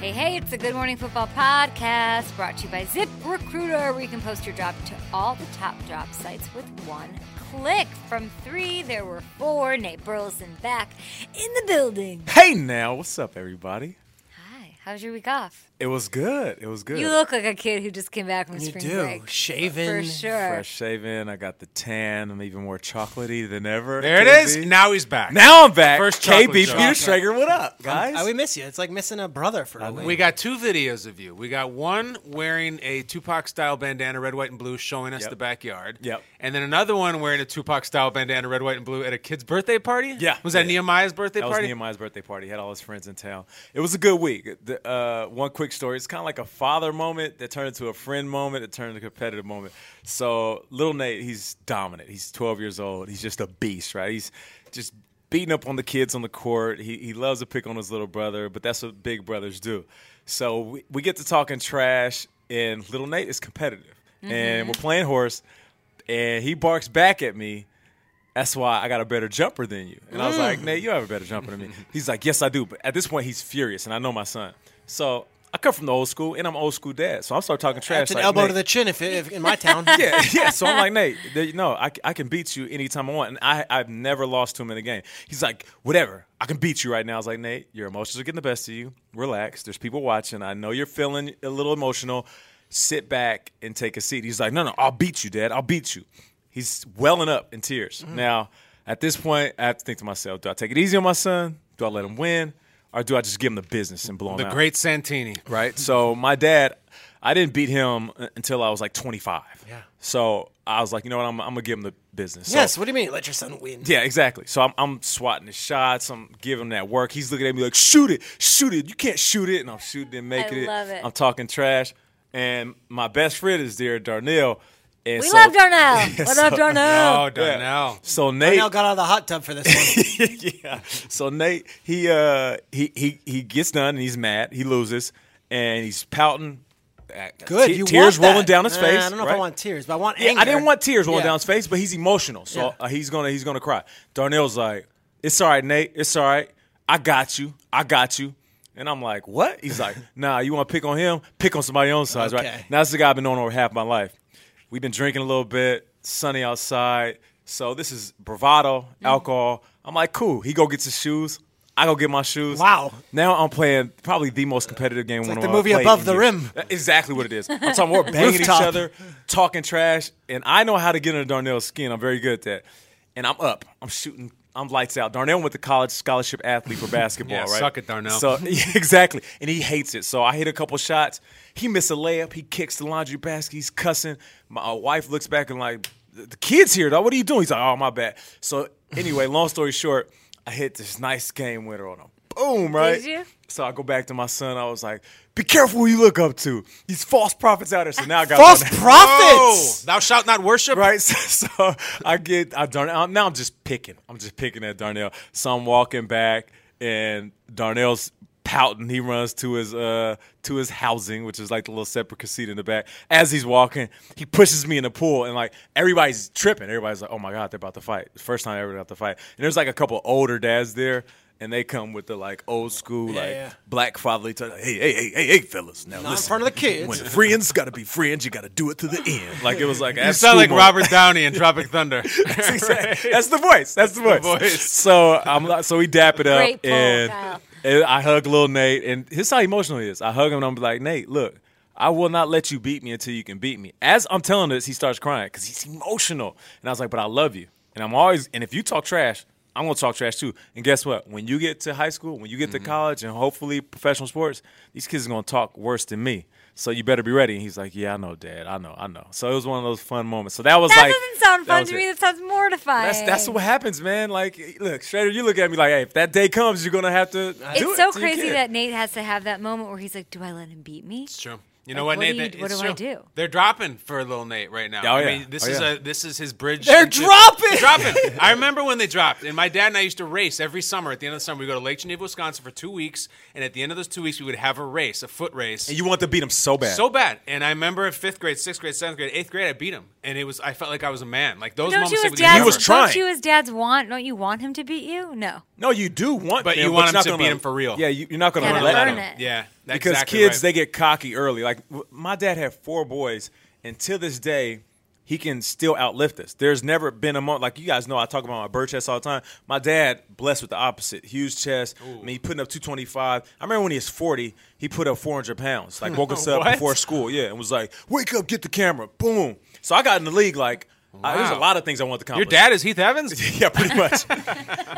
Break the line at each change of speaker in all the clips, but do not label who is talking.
Hey, hey, it's the Good Morning Football podcast brought to you by Zip Recruiter, where you can post your job to all the top job sites with one click. From three, there were four. Nate Burleson back in the building.
Hey now, what's up, everybody?
Hi, how's your week off?
It was good. It was good.
You look like a kid who just came back from spring break. For
shaven.
sure.
fresh shaven. I got the tan. I'm even more chocolatey than ever.
There it
KB.
is. Now he's back.
Now I'm back.
First
KB
chocolate
Peter
chocolate.
Schrager. What up, guys?
I, we miss you. It's like missing a brother for a week.
we got two videos of you. We got one wearing a Tupac style bandana, red, white, and blue, showing us
Yep.
the backyard.
Yep.
And then another one wearing a Tupac style bandana, red, white, and blue at a kid's birthday party.
Yeah.
Was that
Yeah.
Nehemiah's birthday
that was
party?
Nehemiah's birthday party. He had all his friends in town. It was a good week. The, uh, one quick story. It's kind of like a father moment that turned into a friend moment that turned into a competitive moment. So little Nate, he's dominant. He's 12 years old. He's just a beast, right? He's just beating up on the kids on the court. He, he loves to pick on his little brother, but that's what big brothers do. So we, we get to talking trash, and little Nate is competitive. And we're playing horse, and he barks back at me that's why I got a better jumper than you. And I was
Mm.
like, Nate, you have a better jumper than me. He's like, yes, I do. But at this point, he's furious, and I know my son. So I come from the old school, and I'm old school dad. So I start talking trash.
That's an
like,
elbow
"Nate,
to the chin if, if in my town.
yeah, yeah. So I'm like, Nate, there, you know, I, c- I can beat you anytime I want. And I, I've never lost to him in a game. He's like, whatever, I can beat you right now. I was like, Nate, your emotions are getting the best of you. Relax. There's people watching. I know you're feeling a little emotional. Sit back and take a seat. He's like, no, no, I'll beat you, Dad. I'll beat you. He's welling up in tears. Now, at this point, I have to think to myself, do I take it easy on my son? Do I let him win? Or do I just give him the business and blow him
the
out?
great Santini.
right? So my dad, I didn't beat him u- until I was like 25.
Yeah.
So I was like, you know what? I'm, I'm gonna give him the business. So-
yes. What do you mean? Let your son win.
yeah, exactly. So I'm, I'm swatting the shots. I'm giving him that work. He's looking at me like, shoot it, shoot it. You can't shoot it. And I'm shooting and making
love it.
I'm talking trash. And my best friend is there, Darnell. And
we
so-
love Darnell. what up, Darnell?
Oh, Darnell.
So
I
Nate,
now got out of the hot tub for this one.
yeah. So Nate, he uh he he he gets done and he's mad. He loses and he's pouting.
Good.
Te-
you
tears
want that.
rolling down his
Uh,
face.
I don't know
right?
if I want tears, but I want
Yeah,
anger.
I didn't want tears rolling
Yeah.
down his face, but he's emotional, so
Yeah.
uh, he's gonna he's gonna cry. Darnell's like, "It's all right, Nate. It's all right. I got you. I got you." And I'm like, "What?" He's like, "Nah, you want to pick on him? Pick on somebody else's size,
Okay.
right?" Now this is a guy I've been knowing over half my life. We've been drinking a little bit, sunny outside, so this is bravado,
Mm.
alcohol. I'm like, "Cool." He go gets his shoes. I go get my shoes.
Wow.
Now I'm playing probably the most competitive game. one
like
of
the
them
movie
I've played
Above
in
the
years.
Rim.
That's exactly what it is. I'm talking we're banging each
Rooftop.
other, talking trash, and I know how to get under Darnell's skin. I'm very good at that. And I'm up. I'm shooting. I'm lights out. Darnell went to college scholarship athlete for basketball,
Yeah,
right?
suck it, Darnell.
So yeah, exactly. And he hates it. So I hit a couple shots. He missed a layup. He kicks the laundry basket. He's cussing. My uh, wife looks back and like, the the kid's here, though. What are you doing? He's like, oh, my bad. So anyway, long story short, I hit this nice game winner on him. Boom, right?
you?
So I go back to my son. I was like, be careful who you look up to. These false prophets out there. So now I got
False
one-
Oh,
prophets.
thou shalt not worship.
Right, so, so I get I Darnell. Now I'm just picking. I'm just picking at Darnell. So I'm walking back, and Darnell's pouting. He runs to his uh to his housing, which is like the little separate seat in the back. As he's walking, he pushes me in the pool, and like everybody's tripping. Everybody's like, "Oh my god, they're about to fight!" First time ever about to fight. And there's like a couple older dads there. And they come with the like old school, like
yeah.
black fatherly touch. Hey, hey, hey, hey, hey, fellas! Now
Not in
listen,
front of the kids.
When friends got to be friends, you got to do it to the end. Like it was like
You sound like Robert Downey in Tropic Thunder.
Exactly. That's the voice. That's the voice.
voice.
So I'm like- so we dap it up
Great pull,
and,
Kyle.
and I hug little Nate and here's how emotional he is. I hug him and I'm like, Nate, look, I will not let you beat me until you can beat me. As I'm telling this, he starts crying because he's emotional. And I was like, but I love you. And I'm always and if you talk trash, I'm gonna talk trash too. And guess what? When you get to high school, when you get to college and hopefully professional sports, these kids are gonna talk worse than me. So you better be ready. And he's like, Yeah, I know, Dad. I know, I know. So it was one of those fun moments. So that was
That
like
doesn't sound
that
fun
was
to
it.
me. That sounds mortifying.
That's that's what happens, man. Like, eh, look, Shredder, you look at me like, hey, if that day comes, you're gonna have to. do
It's
it
so
to your
crazy
kid.
that Nate has to have that moment where he's like, "Do I let him beat me?"
It's true. You know
Like,
what,
what
Nate?
do you-
that-
what
it's
do I
true.
do?
They're dropping for little Nate right now.
Oh,
I
yeah.
mean, this
Oh,
is
yeah.
a this is his bridge.
They're
into-
dropping!
They're dropping. I remember when they dropped, and my dad and I used to race every summer. At the end of the summer, we go to Lake Geneva, Wisconsin, for two weeks, and at the end of those two weeks, we would have a race, a foot race.
And you want to beat him so bad.
so bad, and I remember in fifth grade, sixth grade, seventh grade, eighth grade, I beat him, and it was I felt like I was a man. Like those
Don't
moments
you
that
as
we
dads?
He was
Don't
trying.
you as dads want? Don't you want him to beat you? No.
no, you do want,
But
them,
you want
you're
him
not
to
gonna
beat
let-
him for real.
Yeah, you, you're not gonna
Gotta
let
learn
him.
it.
Yeah, That's
because
exactly
kids
right.
they get cocky early. Like w- my dad had four boys, and to this day, he can still outlift us. There's never been a moment like you guys know. I talk about my bird chest all the time. My dad blessed with the opposite, huge chest. I mean, he putting up 225. I remember when he was 40, he put up 400 pounds. Like woke us up
What?
before school, yeah, and was like, "Wake up, get the camera, boom." So I got in the league like. I, there's a
Wow.
lot of things I wanted to
Your
accomplish.
dad is Heath Evans?
Yeah, pretty much.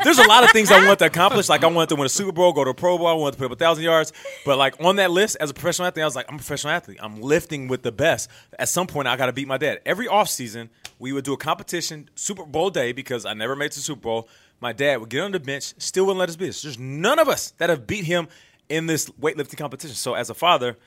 There's a lot of things I want to accomplish. Like I wanted to win a Super Bowl, go to a Pro Bowl, I wanted to put up a thousand yards. But like on that list, as a professional athlete, I was like, I'm a professional athlete. I'm lifting with the best. At some point, I got to beat my dad. Every offseason, we would do a competition Super Bowl day because I never made it to the Super Bowl. My dad would get on the bench, still wouldn't let us beat us. There's none of us that have beat him in this weightlifting competition. So as a father,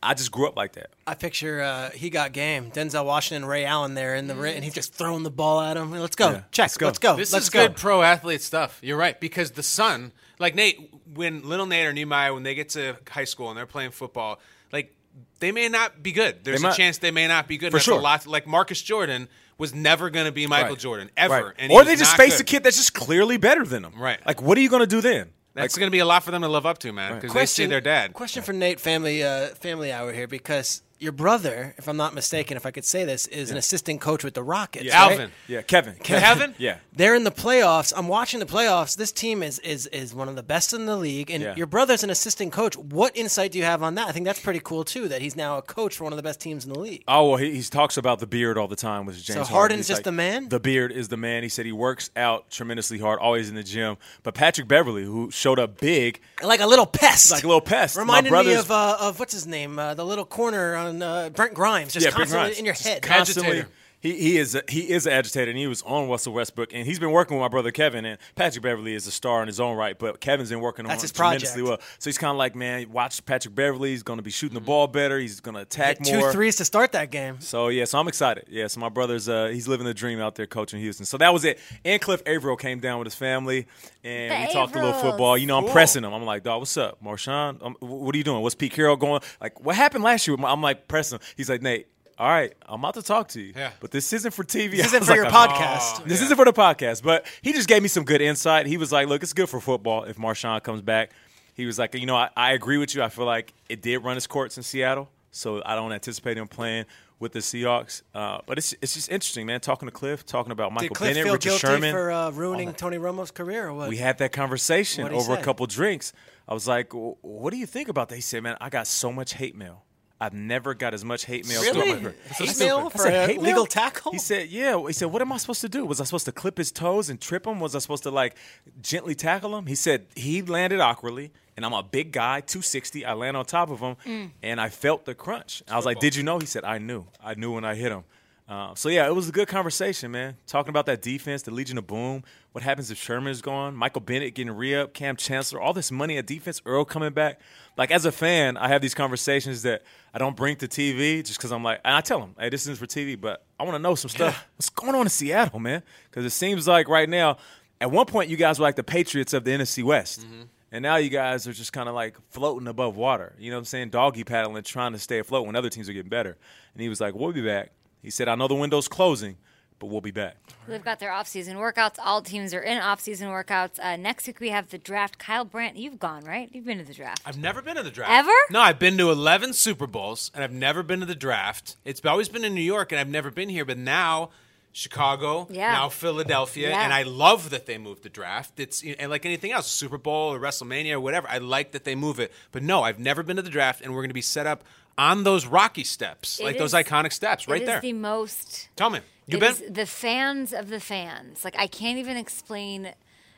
I just grew up like that.
I picture uh, he got game. Denzel Washington, Ray Allen there in the ring, and he's just throwing the ball at him. Let's go. Check.
Let's
Let's
go.
go.
This
Let's
is
go.
good pro athlete stuff. You're right because the son, like Nate, when little Nate or Nehemiah, when they get to high school and they're playing football, like they may not be good. There's
They
a
might-
chance they may not be good.
For
That's
sure.
a lot. Like Marcus Jordan was never going to be Michael
Right.
Jordan ever,
Right.
and he
Or
was
they just
not
face
good.
a kid that's just clearly better than them.
Right.
Like, what are you going to do then?
That's
Like,
going to be a lot for them to live up to, man, because they see their dad.
Question for Nate family uh, family hour here because your brother, if I'm not mistaken, if I could say this, is an assistant coach with the Rockets.
Yeah.
right?
Alvin.
yeah, Kevin.
Kevin?
Yeah.
They're in the playoffs. I'm watching the playoffs. This team is is is one of the best in the league. And
Yeah.
your brother's an assistant coach. What insight do you have on that? I think that's pretty cool too. That he's now a coach for one of the best teams in the league.
Oh well, he, he talks about the beard all the time with James.
Harden's
Harden. He's
just
like,
the man?
The beard is the man. He said he works out tremendously hard, always in the gym. But Patrick Beverly, who showed up big,
Like a little pest.
like a little pest,
Reminded
my
me
brother's-
of uh, of what's his name, uh, the little corner on uh, Brent Grimes, just
yeah, Brent
constantly
Grimes.
in your
Just
head.
Constantly,
Agitator.
he he is a, he is an agitator, and he was on Russell Westbrook, and he's been working with my brother Kevin. And Patrick Beverly is a star in his own right, but Kevin's been working
That's
on
his
him tremendously well.
project.
So he's kind of like, man, watch Patrick Beverly. He's going to be shooting the ball better. He's going to attack
Hit two
more.
threes to start that game.
So yeah, so I'm excited. Yeah, so my brother's uh, he's living the dream out there coaching Houston. So that was it. And Cliff Averill came down with his family, and
The
we talked a little
Averils.
football. You know, I'm
Cool.
pressing him. I'm like, dog, what's up, Marshawn? Um, wh- what are you doing? What's Pete Carroll going? Like, what happened last year? I'm like pressing. him. He's like, Nate, all right, I'm about to talk to you.
Yeah.
But this isn't for TV.
This
I
isn't
was
for your
like, "Oh."
podcast.
This isn't for the podcast, but he just gave me some good insight. He was like, "Look, it's good for football if Marshawn comes back." He was like, "You know, I, I agree with you. I feel like it did run its courts in Seattle, so I don't anticipate him playing with the Seahawks. Uh, but it's it's just interesting, man. Talking to Cliff, talking about Michael
Did Cliff
Bennett,
feel
Richard
guilty
Sherman. Oh,
for uh, ruining Tony Romo's career? Or what?
we had that conversation
What'd he
over a
say?
couple drinks. I was like, "Wh- "What do you think about that?" He said, "Man, I got so much hate mail." I've never got as much hate mail throughout my
Really?
career.
Hate
I said-
mail
I
for
said,
a
"Hate mail?"
legal tackle?
He said, "Yeah." He said, "What am I supposed to do? Was I supposed to clip his toes and trip him? Was I supposed to like gently tackle him?" He said he landed awkwardly, and I'm a big guy, 260. I land on top of him, and I felt the crunch. I was like, "Did you know?" He said, "I knew. I knew when I hit him." Uh, so yeah, it was a good conversation, man. Talking about that defense, the Legion of Boom. What happens if Sherman is gone? Michael Bennett getting re-up, Cam Chancellor, all this money at defense, Earl coming back. Like as a fan, I have these conversations that I don't bring to TV just because I'm like, and I tell them, hey, this isn't for TV, but I want to know some stuff. What's going on in Seattle, man? Because it seems like right now, at one point, you guys were like the Patriots of the NFC West.
Mm-hmm.
And now you guys are just kind of like floating above water. You know what I'm saying? Doggy paddling, trying to stay afloat when other teams are getting better. And he was like, We'll be back. He said, I know the window's closing, but we'll be back.
They've got their off-season workouts. All teams are in off-season workouts. Uh, next week we have the draft. Kyle Brandt, you've gone right. You've been to the draft.
I've never been to the draft.
Ever?
No, I've been to 11 Super Bowls and I've never been to the draft. It's always been in New York and I've never been here, but now Chicago,
Yeah.
now Philadelphia,
Yeah.
and I love that they moved the draft. It's and like anything else, Super Bowl or WrestleMania or whatever, I like that they move it. But no, I've never been to the draft and we're going to be set up on those rocky steps,
It
like those
is-
iconic steps
It
right
is
there.
the most.
Tell me. You
It
been
is the fans of the fans. Like I can't even explain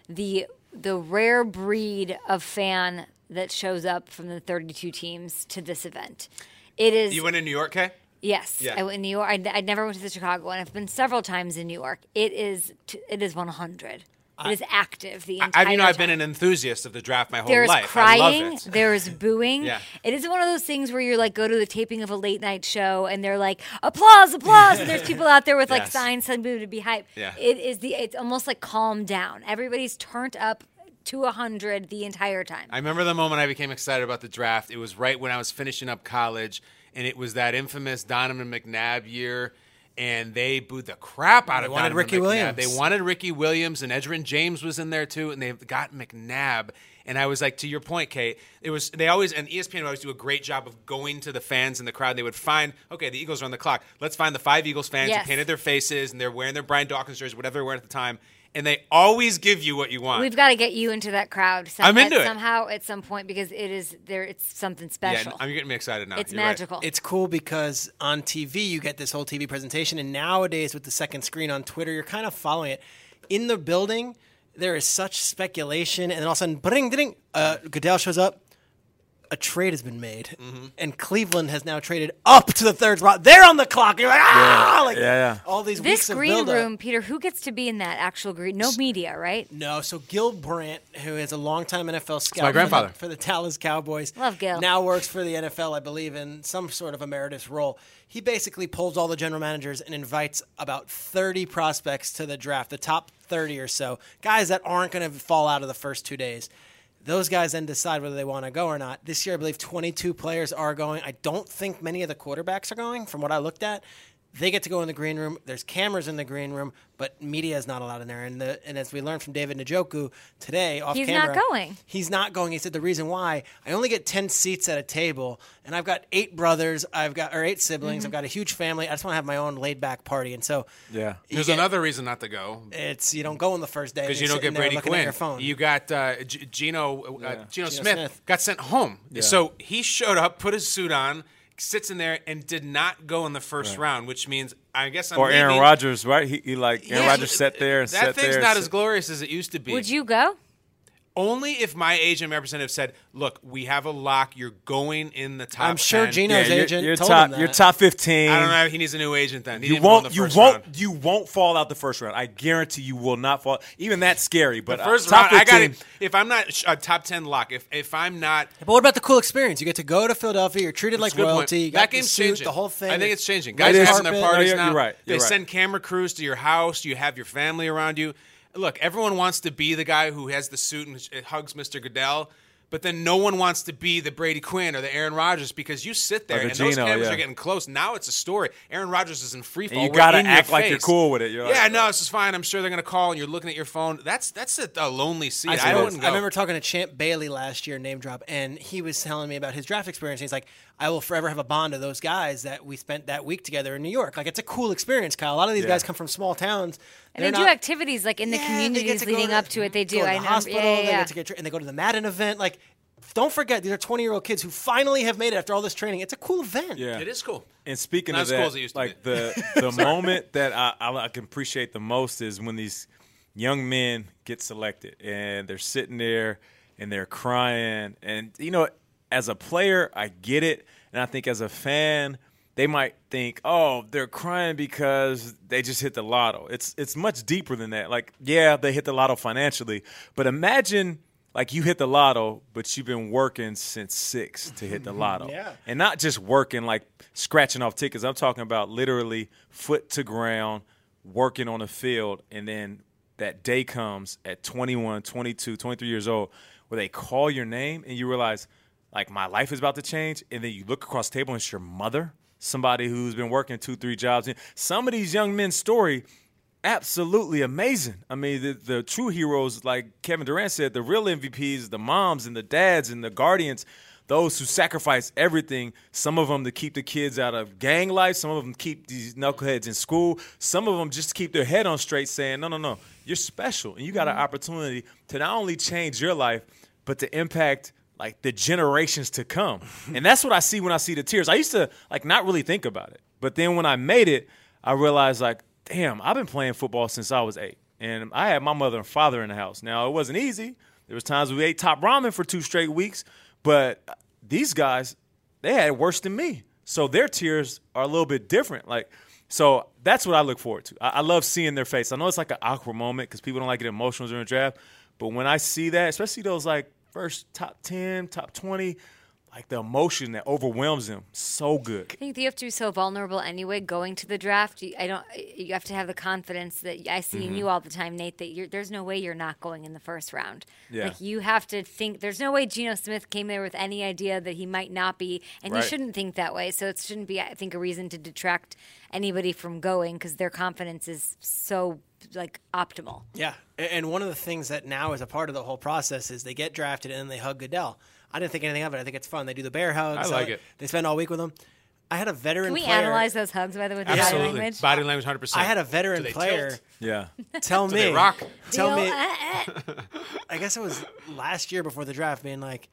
the the rare breed of fan that shows up from the 32 teams to this event. It is
You went in New York, okay?
yes.
Yeah.
I went in New York. I, I never went to the Chicago one. I've been several times in New York. It is t- it is 100. it is active the entire
I, you know, I've been
time.
an enthusiast of the draft my whole
There's
life. I love
crying.
it.
There's booing.
Yeah.
It is one of those things where you're like, go to the taping of a late night show, and they're like, applause, applause, and there's people out there with like
Yes.
signs telling people to be hype.
Yeah.
It is the. It's almost like calm down. Everybody's turned up to hundred the entire time.
I remember the moment I became excited about the draft. It was right when I was finishing up college, and it was that infamous Donovan McNabb year. and they booed the crap out
They
of
wanted
Donovan
Ricky
McNabb.
Williams.
They wanted Ricky Williams and Edgerrin James was in there too, and they've got McNabb. And I was like, to your point, Kate, it was they always and E ESPN would always do a great job of going to the fans in the crowd. They would find, okay, the Eagles are on the clock. Let's find the five Eagles fans
Yes.
who painted their faces and they're wearing their Brian Dawkins jerseys, whatever they were at the time. And they always give you what you want.
We've got to get you into that crowd. Some,
I'm into
at-
it.
somehow at some point because it is there. It's something
yeah,
special.
I'm getting me excited now.
it's
You're right.
magical.
It's cool because on TV you get this whole TV presentation, and nowadays with the second screen on Twitter, you're kind of following it. In the building, there is such speculation, and then all of a sudden, bring, ding, uh, Goodell shows up. A trade has been made,
Mm-hmm.
and Cleveland has now traded up to the third spot. They're on the clock. You're like, ah, like
Yeah, yeah.
all these
this
weeks of
green
buildup.
room, Peter. Who gets to be in that actual green? No media, right?
No, so Gil Brandt, who is a longtime NFL scout,
my grandfather.
for the, for the Dallas Cowboys,
Love Gil.
Now works for the NFL, I believe, in some sort of emeritus role. He basically pulls all the general managers and invites about thirty prospects to the draft, the top thirty or so guys that aren't going to fall out of the first two days. Those guys then decide whether they want to go or not. This year, I believe twenty-two players are going. I don't think many of the quarterbacks are going, from what I looked at they get to go in the green room. There's cameras in the green room, but media is not allowed in there. And, the, and as we learned from David Njoku today off
He's not
camera,
going.
He's not going. He said the reason why I only get ten seats at a table, and I've got eight brothers, I've got or eight siblings,
Mm-hmm.
I've got a huge family. I just want to have my own laid back party. And so
Yeah.
you
There's
get-
another reason not to go
It's you don't go on the first day
because you
You're
don't get
sitting there
Brady
looking at
Quinn.
Your phone.
You got uh, G- Gino, uh, Gino, Smith,
Smith.
got sent home. So he showed up, put his suit on, sits in there, and did not go in the first round, which means I guess I'm
Or Aaron
leaving.
Rodgers, right? He, he like Aaron
Yeah,
Rodgers sat there and
that
sat
thing's
there.
not
and
as
sat-
glorious as it used to be.
Would you go?
Only if my agent representative said, "Look, we have a lock. You're going in the top."
I'm sure
10."
Gino- His
you're-
agent
you're
told
top.
him that.
You're top fifteen.
I don't know. He needs a new agent then. He
You
didn't go in
won't.
the
You
first
won't.
round.
You won't fall out the first round. I guarantee you will not fall. Even that's scary. But uh,
First
top
round, I got
15
it. If I'm not sh- a top ten lock, if if I'm not
but what about the cool experience? You get to go to Philadelphia. You're treated like
It's a good
royalty.
point.
You got
That
the
game's
suit,
changing.
The whole thing.
I think it's changing.
Red
Guys are having
carpet.
their
No,
parties
you're-
now.
Oh, you're right.
They
You're right.
send camera crews to your house. You have your family around you. Look, everyone wants to be the guy who has the suit and sh- uh, hugs Mr. Goodell. But then no one wants to be the Brady Quinn or the Aaron Rodgers because you sit there
Or the
and those
Geno,
cameras
yeah.
are getting close. Now it's a story. Aaron Rodgers is in free fall.
you
We're
gotta
in your
act like you're
face.
cool with it. You're
yeah,
like-
no, this is fine. I'm sure they're gonna call and you're looking at your phone. That's that's a, a lonely scene.
I,
I,
suppose.
wouldn't go.
I remember talking to Champ Bailey last year, name drop, and he was telling me about his draft experience. He's like, I will forever have a bond to those guys that we spent that week together in New York. Like, it's a cool experience, Kyle. A lot of these
Yeah.
guys come from small towns.
And they
They're
do
not-
activities like in the
Yeah, they get
communities
to go
leading up to it. They do.
Go to
I
the
know.
hospital,
yeah, yeah,
they
yeah.
get to get, tra- and they go to the Madden event. Like, don't forget, these are 20 year old kids who finally have made it after all this training. It's a cool event.
Yeah.
it is cool.
And speaking
Not
of
as cool
that,
as it used to
like
be.
the the moment that I, I, I can appreciate the most is when these young men get selected and they're sitting there and they're crying. And you know, as a player, I get it, and I think as a fan, they might think, "Oh, they're crying because they just hit the lotto." It's it's much deeper than that. Like, yeah, they hit the lotto financially, but imagine. Like you hit the lotto, but you've been working since six to hit the lotto.
Yeah.
And not just working, like scratching off tickets. I'm talking about literally foot to ground, working on the field. And then that day comes at 21, 22, 23 years old where they call your name and you realize, like, my life is about to change. And then you look across the table and it's your mother, somebody who's been working two, three jobs. And some of these young men's story absolutely amazing. I mean, the, the true heroes, like Kevin Durant said, the real MVPs, the moms and the dads and the guardians, those who sacrifice everything. Some of them to keep the kids out of gang life. Some of them keep these knuckleheads in school. Some of them just to keep their head on straight, saying, "No, no, no, you're special, and you got an opportunity to not only change your life, but to impact." Like the generations to come. And that's what I see when I see the tears. I used to like not really think about it. But then when I made it, I realized like, damn, I've been playing football since I was eight, and I had my mother and father in the house. Now it wasn't easy. There was times we ate top ramen for two straight weeks, but these guys, they had it worse than me. So their tears are a little bit different. Like, so that's what I look forward to. I, I love seeing their face. I know it's like an awkward moment because people don't like it emotional during the draft, but when I see that, especially those like first top ten, top twenty, like the emotion that overwhelms him so good.
I think that you have to be so vulnerable anyway going to the draft. You, I don't. You have to have the confidence that I see in you all the time, Nate. That you're, there's no way you're not going in the first round.
Yeah.
Like you have to think. There's no way Geno Smith came there with any idea that he might not be, and
Right.
you shouldn't think that way. So it shouldn't be, I think, a reason to detract anybody from going because their confidence is so like optimal.
Yeah. A- And one of the things that now is a part of the whole process is they get drafted and then they hug Goodell. I didn't think anything of it. I think it's fun. They do the bear hug.
I
so
like it.
They spend all week with them. I had a veteran
Can we
player.
analyze those hugs by the way? The body
Absolutely.
language?
Body language, 100%.
I had a
Do
veteran
they
player
tilt?
Yeah.
tell me.
they rock?
Tell
Deal,
me.
eh, eh.
I guess it was last year before the draft, being like,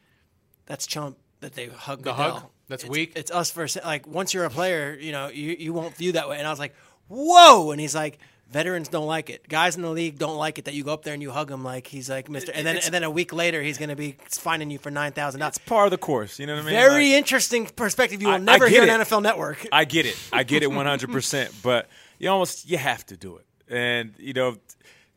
"That's chump that they hug
The
Goodell.
hug? That's
It's-
weak?
It's us versus like once you're a player, you know you you won't view that way." And I was like, "Whoa!" And he's like. Veterans don't like it. Guys in the league don't like it that you go up there and you hug him like he's like Mister. And then and then a week later he's going to be finding you for nine thousand dollars.
It's part of the course. You know what I mean?
Very
Like,
interesting perspective. You will
I- I
never
get
hear
it.
an NFL network.
I get it. I get it 100%. but you almost, you have to do it. And, you know,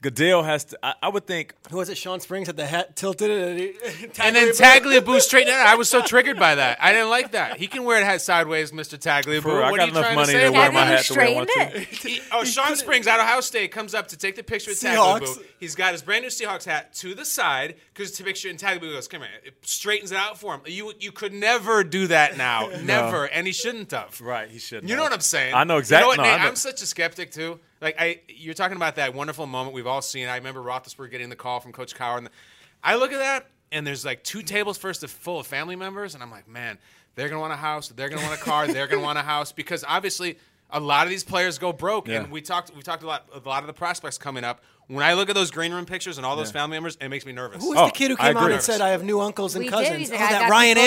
Goodell has to, I, I would think,
Who was it? Sean Springs had the hat tilted and, he,
And then Tagliabue straight down. I was so triggered by that. I didn't like that. He can wear a hat sideways, Mr. Tagliabue.
bro,
what
I
are
got
you
enough
trying
money
say
to wear
about
my
that?
hat the way I want
straightened
to.
He- oh, Sean Springs out of Ohio State comes up to take the picture with
Seahawks.
Tagliabue. He's got his brand new Seahawks hat to the side because to picture and Tagliabue goes, "Come here." It straightens it out for him. You you could never do that now, never, and he shouldn't have.
Right, he shouldn't
You know
have.
what I'm saying?
I
You
know
know
exact-
what,
no,
Nate?
I know.
I'm such a skeptic too. Like I, you're talking about that wonderful moment we've all seen. I remember Roethlisberger getting the call from Coach Cowher, and the, I look at that, and there's like two tables first of full of family members, and I'm like, man, they're gonna want a house, they're gonna want a car, they're gonna want a house because obviously a lot of these players go broke,
Yeah.
and we talked, we talked a lot, a lot of the prospects coming up. When I look at those green room pictures and all those family members, it makes me nervous.
Who was
Oh,
the kid who
I
came on
agree.
and said, "I have new uncles and
We did.
cousins"?
He's
Oh,
like, I got
that
these
Ryan
books.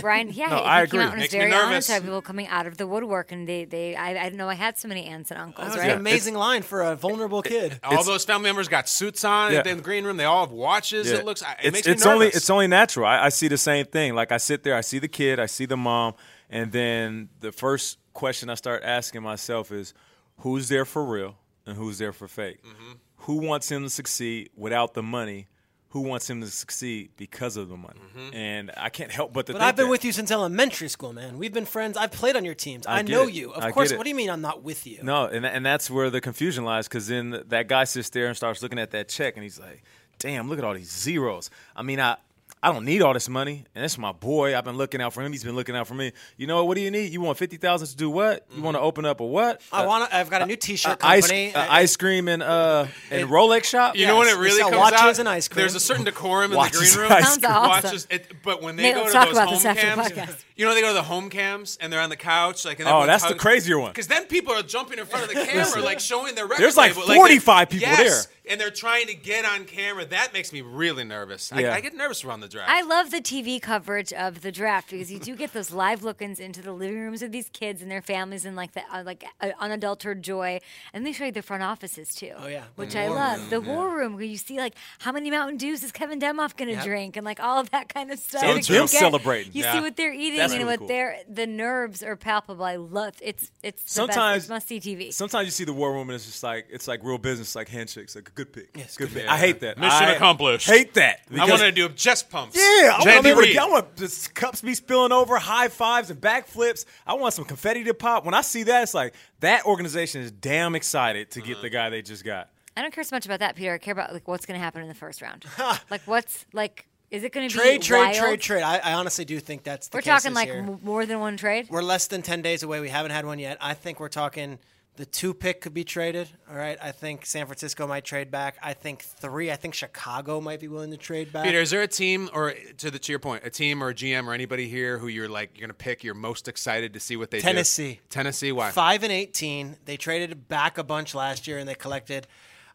Brian, yeah,
No,
he
I
came out
agree.
and was
Makes me
very honest
nervous.
to have people coming out of the woodwork, and they, they, I, I didn't know I had so many aunts and
That
uncles,
was
right?
an amazing line for a vulnerable kid.
all those family members got suits on
Oh, Yeah.
in the green room. They all have watches.
Yeah.
It looks. It
it's,
makes
it's
me nervous.
only it's only natural. I, I see the same thing. Like I sit there, I see the kid, I see the mom, and then the first question I start asking myself is, who's there for real and who's there for fake?
Mm-hmm.
Who wants him to succeed without the money? Who wants him to succeed because of the money?
Mm-hmm.
And I can't help but to.
But
think
I've been
that.
with you since elementary school, man. We've been friends. I've played on your teams. I,
get
know
it.
you. Of
I get
course.
it.
What do you mean I'm not with you?
No, and and that's where the confusion lies because then that guy sits there and starts looking at that check and he's like, "Damn, look at all these zeros." I mean, I I don't need all this money, and it's my boy. I've been looking out for him. He's been looking out for me. You know what? What do you need? You want fifty thousand to do what? You want
Mm-hmm.
to open up a what?
I want. I've got a new T-shirt
A uh, ice,
company.
a ice cream and uh and Rolex shop.
You know when
Yes,
it
we
really
sell
comes
watches
out?
and ice cream.
There's a certain decorum in
Watches
the
and
green room.
ice
Sounds cream. awesome.
Watches, it, but when they
Nate,
go
let's
to
talk
those
about
home
this after the
cams,
podcast.
you know they go to the home cams and they're on the couch like. And
Oh, that's the crazier one.
Because then people are jumping in front of the camera,
Listen.
like showing their record.
There's like
label, they-
45 people
yes, and they're trying to get on camera. That makes me really nervous. I,
Yeah.
I get nervous around the draft.
I love the TV coverage of the draft because you do get those live look-ins into the living rooms of these kids and their families and like the uh, like uh, unadulterated joy, and they show you the front offices too. Oh
yeah.
which
The
I
war
love. the war room where you see like how many Mountain Dews is Kevin Demoff going to drink and like all of that kind of stuff.
So
You
true.
get-
Celebrating.
You see
Yeah.
what they're eating
That's
and
really
what
cool.
their the nerves are palpable. I love it's it's the
Sometimes-
must see TV.
Sometimes you see the war room and it's just like it's like real business, like handshakes, like a good pick.
Yes,
good
good
pick.
pick.
I hate that.
Mission
I
accomplished.
Hate that.
I
because-
want to do chest pumps.
Yeah, I
J.D.
want, people to
Reed.
get- I want just cups be spilling over, high fives and backflips. I want some confetti to pop. When I see that, it's like that organization is damn excited to
Mm-hmm.
get the guy they just got.
I don't care so much about that, Peter. I care about like what's going to happen in the first round. like what's like is it going to be
Trade, trade,
wild?
trade, trade. I, I honestly do think that's the
We're
case
talking
this
like
year.
m- more than one trade.
We're less than 10 days away. We haven't had one yet. I think we're talking the two pick could be traded. All right. I think San Francisco might trade back. I think three. I think Chicago might be willing to trade back.
Peter, is there a team or to the to your point, a team or a GM or anybody here who you're like you're gonna pick? You're most excited to see what they
Tennessee.
do. Tennessee. Tennessee. Why?
Five and 18. They traded back a bunch last year and they collected.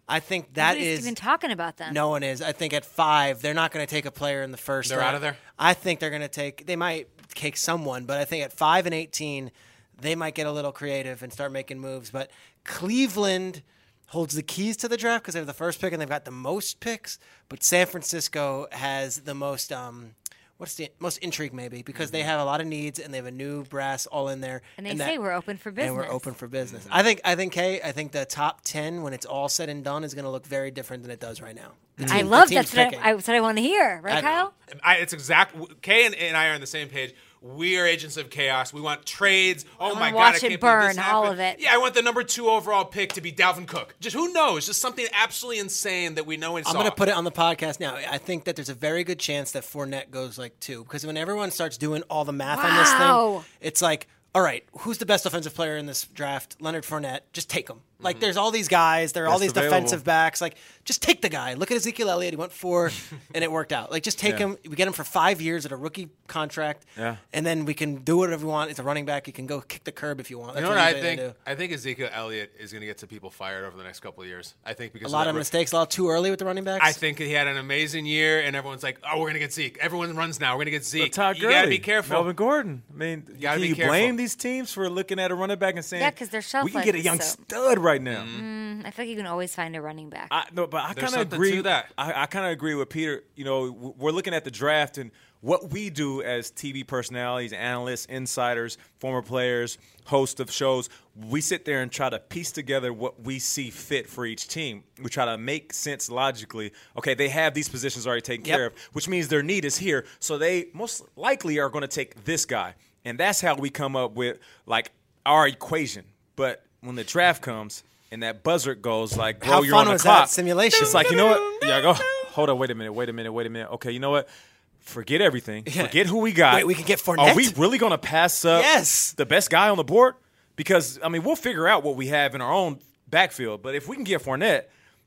I think that
Nobody's
is-
even talking about them.
No one is. I think at five, they're not going to take a player in the first.
They're
round.
out of there?
I think they're going to take. They might take someone, but I think at five and eighteen, they might get a little creative and start making moves. But Cleveland holds the keys to the draft because they have the first pick and they've got the most picks. But San Francisco has the most. Um, what's the most intrigue maybe because
Mm-hmm.
they have a lot of needs and they have a new brass all in there.
And they say we're open for
And we're
business.
open for business. I think I think hey, I think the top ten when it's all said and done is going to look very different than it does right now. The
I
team- the
love
team's
that's what
picking.
I, I said I want to hear, right,
I-
Kyle?
I, it's exact. Kay and, and I are on the same page. We are agents of chaos. We want trades. Oh my god!
watch
I
it
can't believe this
burn, all
happened.
of it.
Yeah, I want the number two overall pick to be Dalvin Cook. Just who knows? Just something absolutely insane that we know and
I'm
saw.
going to put it on the podcast now. I think that there's a very good chance that Fournette goes like two because when everyone starts doing all the math on
Wow.
this thing, it's like, all right, who's the best offensive player in this draft? Leonard Fournette. Just take him. Like,
Mm-hmm.
there's all these guys. There are all
Best
these
available.
defensive backs. Like, just take the guy. Look at Ezekiel Elliott. He went four, and it worked out. Like, just take
Yeah.
him. We get him for five years at a rookie contract,
Yeah.
and then we can do whatever we want. It's a running back. You can go kick the curb if you want. That's
You know what I
usually they
think?
do.
I think Ezekiel Elliott is going to get some people fired over the next couple of years. I think because
A lot
that
of
roo-
mistakes. A lot too early with the running backs.
I think he had an amazing year, and everyone's like, "Oh, we're going to get Zeke." Everyone runs now. We're going to get Zeke.
Todd
you
Gurley,
got to be careful.
Melvin Gordon. I mean, you
gotta
can
be
you
careful.
blame these teams for looking at a running back and saying,
Yeah, 'cause their shelf
we can
life
get a
is
young
so-
stud right now."
Mm-hmm.
Mm, I feel like you can always find a running back.
I no, but I
There's
kind of
something
agree.
to that.
I, I kind of agree with Peter. You know, w- we're looking at the draft and what we do as TV personalities, analysts, insiders, former players, hosts of shows. We sit there and try to piece together what we see fit for each team. We try to make sense logically. Okay, they have these positions already taken
Yep.
care of, which means their need is here. So they most likely are going to take this guy, and that's how we come up with like our equation. But when the draft comes. And that buzzer goes like,
How
"Bro, you're on
fun
the
was that
clock."
simulation?
It's like you know what? Yeah, I go. Hold on. Wait a minute. Wait a minute. Wait a minute. Okay, you know what? Forget everything. Forget who we got.
Wait, we can get
Are we
Fournette?
really gonna pass up?
Yes.
The best guy on the board because I mean we'll figure out what we have in our own backfield. But if we can get Fournette,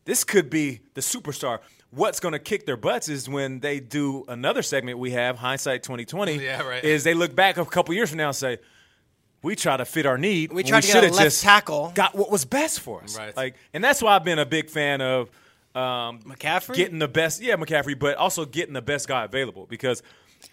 this could be the superstar. What's gonna kick their butts is when they do another segment we have hindsight 2020.
Yeah, right.
Is they look back a couple years from now and say. We try to fit our need.
We
when
tried to get a
shoulda
left
just
tackle.
Got what was best for us.
Right.
Like, and that's why I've been a big fan of um,
McCaffrey?
getting the best. Yeah, McCaffrey, but also getting the best guy available because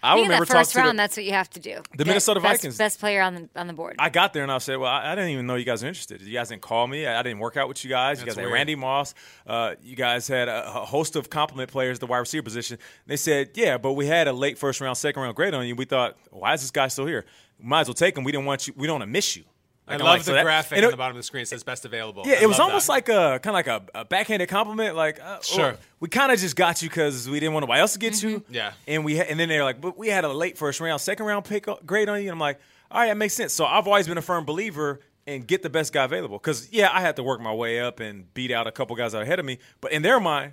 I
Being in
remember
that first
talking
round,
to the-
that's what you have to do.
the
Get
Minnesota
best-
Vikings.
best player on the on the board.
I got there and I said, "Well, I, I didn't even know you guys were interested. You guys didn't call me. I, I didn't work out with you guys. You
That's
guys had
weird.
Randy Moss. Uh, you guys had a, a host of compliment players at the wide receiver position." They said, "Yeah, but we had a late first round, second round grade on you. We thought, why is this guy still here? Might as well take him. We didn't want you. We don't want to miss you."
I
Like,
love
I'm like,
the
so that-
graphic
and
on
it-
the bottom of the screen. It says best available.
yeah,
I
it was
love
almost
that.
like a kind of like a, a backhanded compliment. Like, uh, oh,
Sure.
we kind of just got you because we didn't want nobody else to get you.
Mm-hmm.
Yeah.
and we ha- and then they're like, but we had a late first round, second round pick o- grade on you. And I'm like, all right, that makes sense. So I've always been a firm believer in get the best guy available. Because yeah, I had to work my way up and beat out a couple guys out ahead of me, but in their mind,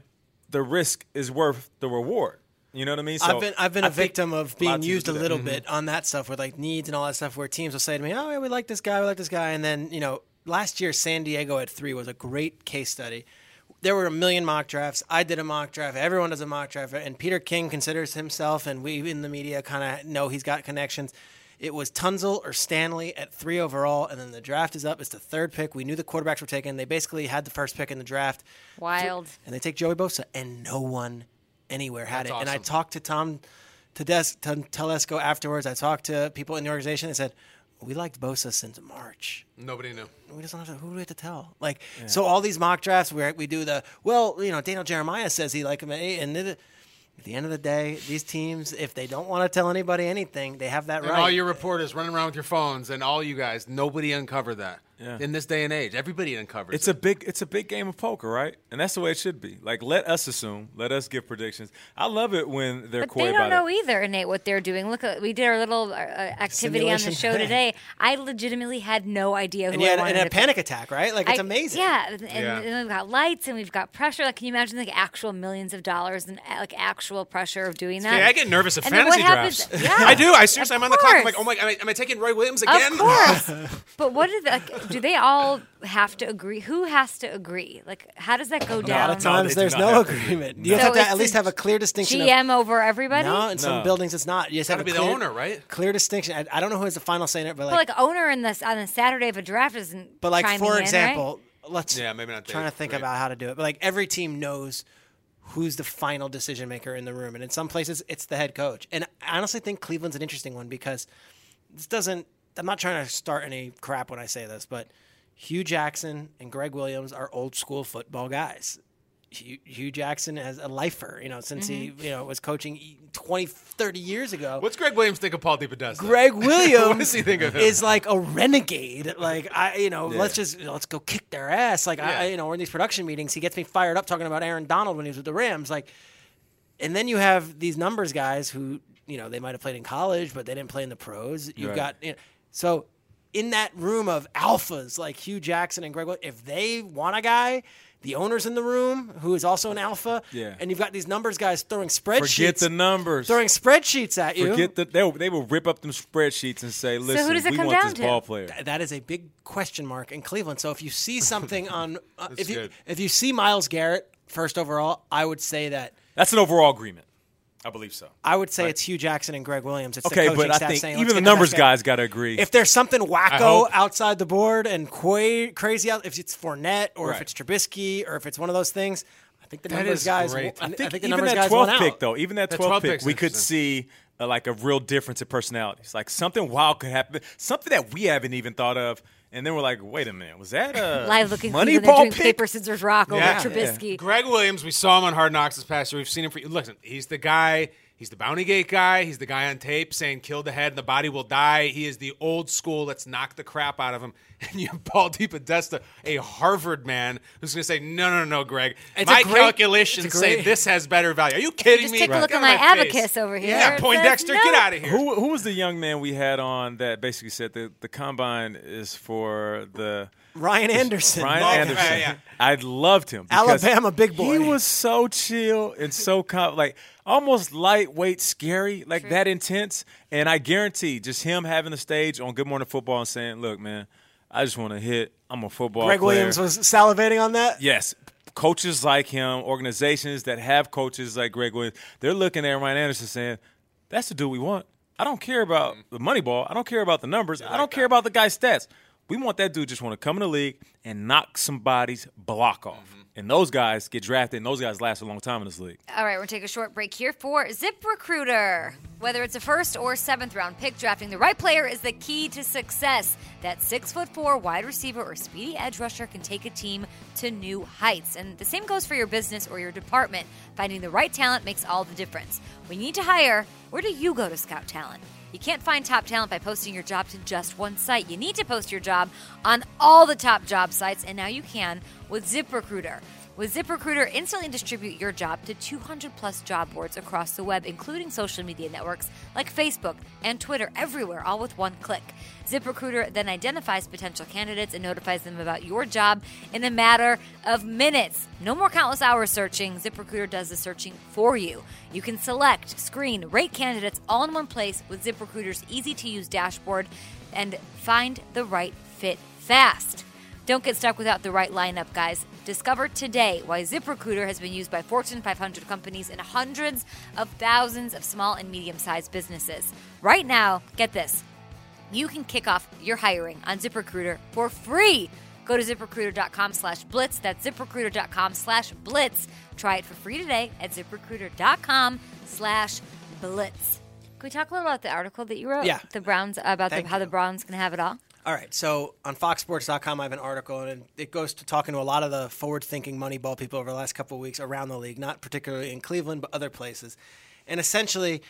the risk is worth the reward. You know what I mean? So
I've been I've been a
I think
victim of
lot
being
of
used a
people do that. Mm-hmm.
little bit on that stuff with like needs and all that stuff where teams will say to me, "Oh, yeah, we like this guy, we like this guy," and then you know, last year San Diego at three was a great case study. There were a million mock drafts. I did a mock draft. Everyone does a mock draft, and Peter King considers himself, and we in the media kind of know he's got connections. It was Tunzel or Stanley at three overall, and then the draft is up. It's the third pick. We knew the quarterbacks were taken. They basically had the first pick in the draft
Wild.
and they take Joey Bosa, and no one anywhere had it.
That's
And I
awesome.
talked to Tom Tedes- Tom Telesco afterwards. I talked to people in the organization. They said, "We liked Bosa since March.
nobody knew.
We just don't have to. Who do we have to tell?" Like, so all these mock drafts where we do the well, you know, Daniel Jeremiah says he liked him, at eight, and it, at the end of the day, these teams, if they don't want to tell anybody anything, they have that
And
right.
all your reporters running around with your phones, and all you guys, nobody uncovered that.
Yeah.
In this day and age, everybody uncovers.
It's a big it's a big game of poker, right? And that's the way it should be. Like let us assume, let us give predictions. I love it when they're
But
coy
they
about
don't know
it.
either, Nate, what they're doing. Look, uh, we did our little uh, activity on the
Simulation.
show today. I legitimately had no idea who
and you had
I
and
wanted
a
to
panic attack, right? Like it's
I-
amazing.
Yeah, and, and
Yeah.
then we've got lights and we've got pressure. Like, can you imagine like actual millions of dollars and uh, like actual pressure of doing that?
yeah, I get nervous of
And then
fantasy
what happens-
drafts.
yeah.
I do. I seriously,
Of
I'm on the clock. I'm
course.
like, oh my, am I, am I taking Roy Williams again?
Of course, but what do they, like, do they all have to agree? Who has to agree? Like, how does that go
A lot
down?
No, they
of times
do
there's
not
no
have to
agreement.
agree.
You
Um, So
have to
it's
at least
the
have a clear distinction. of-
GM over everybody.
No, in some
No.
buildings it's not. You just have
Gotta be
to
the owner, right?
Clear distinction. I, I don't know who has the final say in it, but like,
But like owner in this on the Saturday of a draft isn't.
but like
chiming in,
for
right?
example, let's
Yeah, maybe not
trying to
Dave,
think
right.
about how to do it. But like every team knows who's the final decision maker in the room, and in some places it's the head coach. And I honestly think Cleveland's an interesting one because this doesn't. I'm not trying to start any crap when I say this, but Hugh Jackson and Greg Williams are old school football guys. Hugh, Hugh Jackson as a lifer, you know, since
Mm-hmm.
he, you know, was coaching 20, 30 years ago.
What's Greg Williams think of Paul DiPodesta?
Greg Williams
What does he think of him?
is like a renegade. Like I, you know, let's just let's go kick their ass. Like I,
Yeah.
I, you know, we're in these production meetings. He gets me fired up talking about Aaron Donald when he was with the Rams. Like, and then you have these numbers guys who you know they might have played in college, but they didn't play in the pros. You've
Right.
got you know, so in that room of alphas like Hugh Jackson and Greg, Wil- if they want a guy. The owner's in the room, who is also an alpha,
Yeah.
and you've got these numbers guys throwing spreadsheets,
Forget the numbers.
throwing spreadsheets at you.
Forget the they will, they will rip up them spreadsheets and say, "Listen,
does it
we
come
want
down
this
to?
ball player."
that is a big question mark in Cleveland. So if you see something on, uh, if you
good.
if you see Miles Garrett first overall, I would say that
That's an overall agreement. I believe so.
I would say it's Hugh Jackson and Greg Williams. It's
Okay,
the coaching
but I
staff
think
saying,
even
"Let's
the
get the
numbers
best guy."
guys got to agree.
If there's something wacko
hope.
outside the board and qua- crazy out, if it's Fournette or if
Right.
it's Trubisky or if it's one of those things, I think the
That
numbers
is
guys.
great.
I
I
think,
think,
I think the
even
numbers
that
guys won
12th
out.
pick, though, even that
That
12th,
12
pick,
pick's
we could
interesting.
see uh, like a real difference in personalities. Like something wild could happen, something that we haven't even thought of, and then we're like, wait a minute, was that a
Live looking
money
Cleveland, they're
ball
doing
pick?
paper, scissors, rock over
Yeah.
Trubisky.
Greg Williams, we saw him on Hard Knocks this past year. We've seen him for listen. He's the guy. He's the bounty gate guy. He's the guy on tape saying, "Kill the head, and the body will die." He is the old school. Let's knock the crap out of him. And you have Paul DePodesta, a Harvard man, who's going to say, "No, no, no, Greg.
It's a
my
great-
calculations
it's a great-
say this has better value. Are you kidding
just
me?
take a look
Get
at
out of
my
face.
abacus over here.
Yeah,
It
Poindexter,
says
get
no.
out of here.
Who who was the young man we had on that basically said that the combine is for the
Ryan Anderson.
Ryan
Okay,
Anderson.
yeah.
I loved him. because
Alabama big boy.
He was so chill and so calm, like almost lightweight, scary, like that intense. And I guarantee, just him having the stage on Good Morning Football and saying, "Look, man, I just want to hit. I'm a football
Greg
player."
Williams was salivating on that.
Yes. Coaches like him, organizations that have coaches like Greg Williams, they're looking at Ryan Anderson saying, That's the dude we want. I don't care about
Mm-hmm.
the money ball. I don't care about the numbers. I don't care about the guy's stats. We want that dude just want to come in the league and knock somebody's block off.
Mm-hmm.
And those guys get drafted, and those guys last a long time in this league.
All right, we're going to take a short break here for Zip Recruiter. Whether it's a first or seventh round pick, drafting the right player is the key to success. That six foot four wide receiver or speedy edge rusher can take a team to new heights. And the same goes for your business or your department. Finding the right talent makes all the difference. When you need to hire, where do you go to scout talent? You can't find top talent by posting your job to just one site. You need to post your job on all the top job sites, and now you can with ZipRecruiter. With ZipRecruiter, instantly distribute your job to 200 plus job boards across the web, including social media networks like Facebook and Twitter, everywhere, all with one click. ZipRecruiter then identifies potential candidates and notifies them about your job in a matter of minutes. No more countless hours searching. ZipRecruiter does the searching for you. You can select, screen, rate candidates all in one place with ZipRecruiter's easy to use dashboard and find the right fit fast. Don't get stuck without the right lineup, guys. Discover today why ZipRecruiter has been used by Fortune 500 companies and hundreds of thousands of small and medium sized businesses. Right now, get this you can kick off your hiring on ZipRecruiter for free. Go to ziprecruiter.com slash blitz. That's ziprecruiter.com slash blitz. Try it for free today at ziprecruiter.com slash blitz. Can we talk a little about the article that you wrote?
Yeah.
The Browns, about the,
Thank
how the
you.
Browns can have it all?
All right. So on FoxSports.com, I have an article, and it goes to talking to a lot of the forward-thinking Moneyball people over the last couple of weeks around the league, not particularly in Cleveland, but other places. And essentially,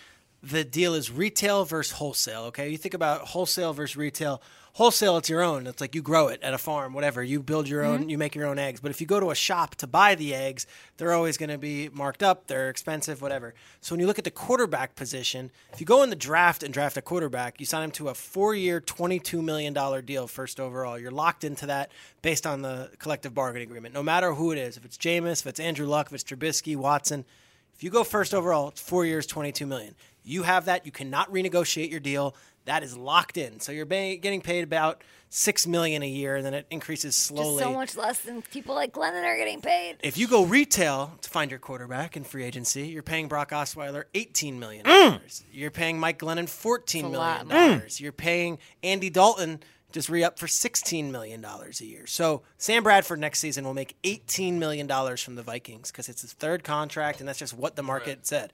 the deal is retail versus wholesale. Okay, you think about wholesale versus retail. Wholesale, it's your own. It's like you grow it at a farm, whatever. You build your own, you make your own eggs. But if you go to a shop to buy the eggs, they're always going to be marked up. They're expensive, whatever. So when you look at the quarterback position, if you go in the draft and draft a quarterback, you sign him to a four-year, twenty-two million dollar deal first overall. You're locked into that based on the collective bargaining agreement. No matter who it is, if it's Jameis, if it's Andrew Luck, if it's Trubisky, Watson, if you go first overall, it's four years, twenty-two million. You have that. You cannot renegotiate your deal. That is locked in. So you're ba- getting paid about six million a year, and then it increases slowly.
Just so much less than people like Glennon are getting paid.
if you go retail to find your quarterback in free agency, you're paying Brock Osweiler eighteen million dollars. You're paying Mike Glennon fourteen
Mm. That's a
million
lot.
dollars. You're paying Andy Dalton just re up for sixteen million dollars a year. So Sam Bradford next season will make eighteen million dollars from the Vikings because it's his third contract, and that's just what the market said.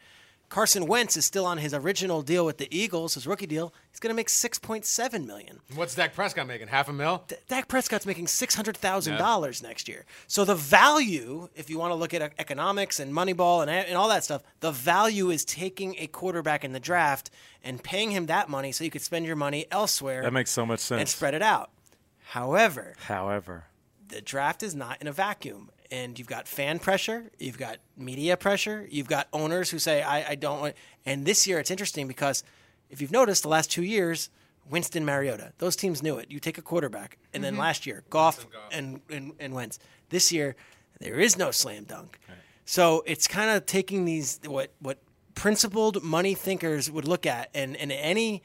Carson Wentz is still on his original deal with the Eagles, his rookie deal. He's going to make six point seven million.
What's Dak Prescott making? Half a mil?
D- Dak Prescott's making six hundred thousand dollars next year. So the value, if you want to look at e- economics and Moneyball and, and all that stuff, the value is taking a quarterback in the draft and paying him that money so you could spend your money elsewhere.
That makes so much
and
sense.
spread it out. However,
However,
the draft is not in a vacuum. And you've got fan pressure, you've got media pressure, you've got owners who say, I, I don't want. And this year it's interesting because if you've noticed the last two years, Winston Mariota, those teams knew it. You take a quarterback. And then last year, Goff and, and, and Wentz. This year, there is no slam dunk. So it's kind of taking these, what, what principled money thinkers would look at, and, and any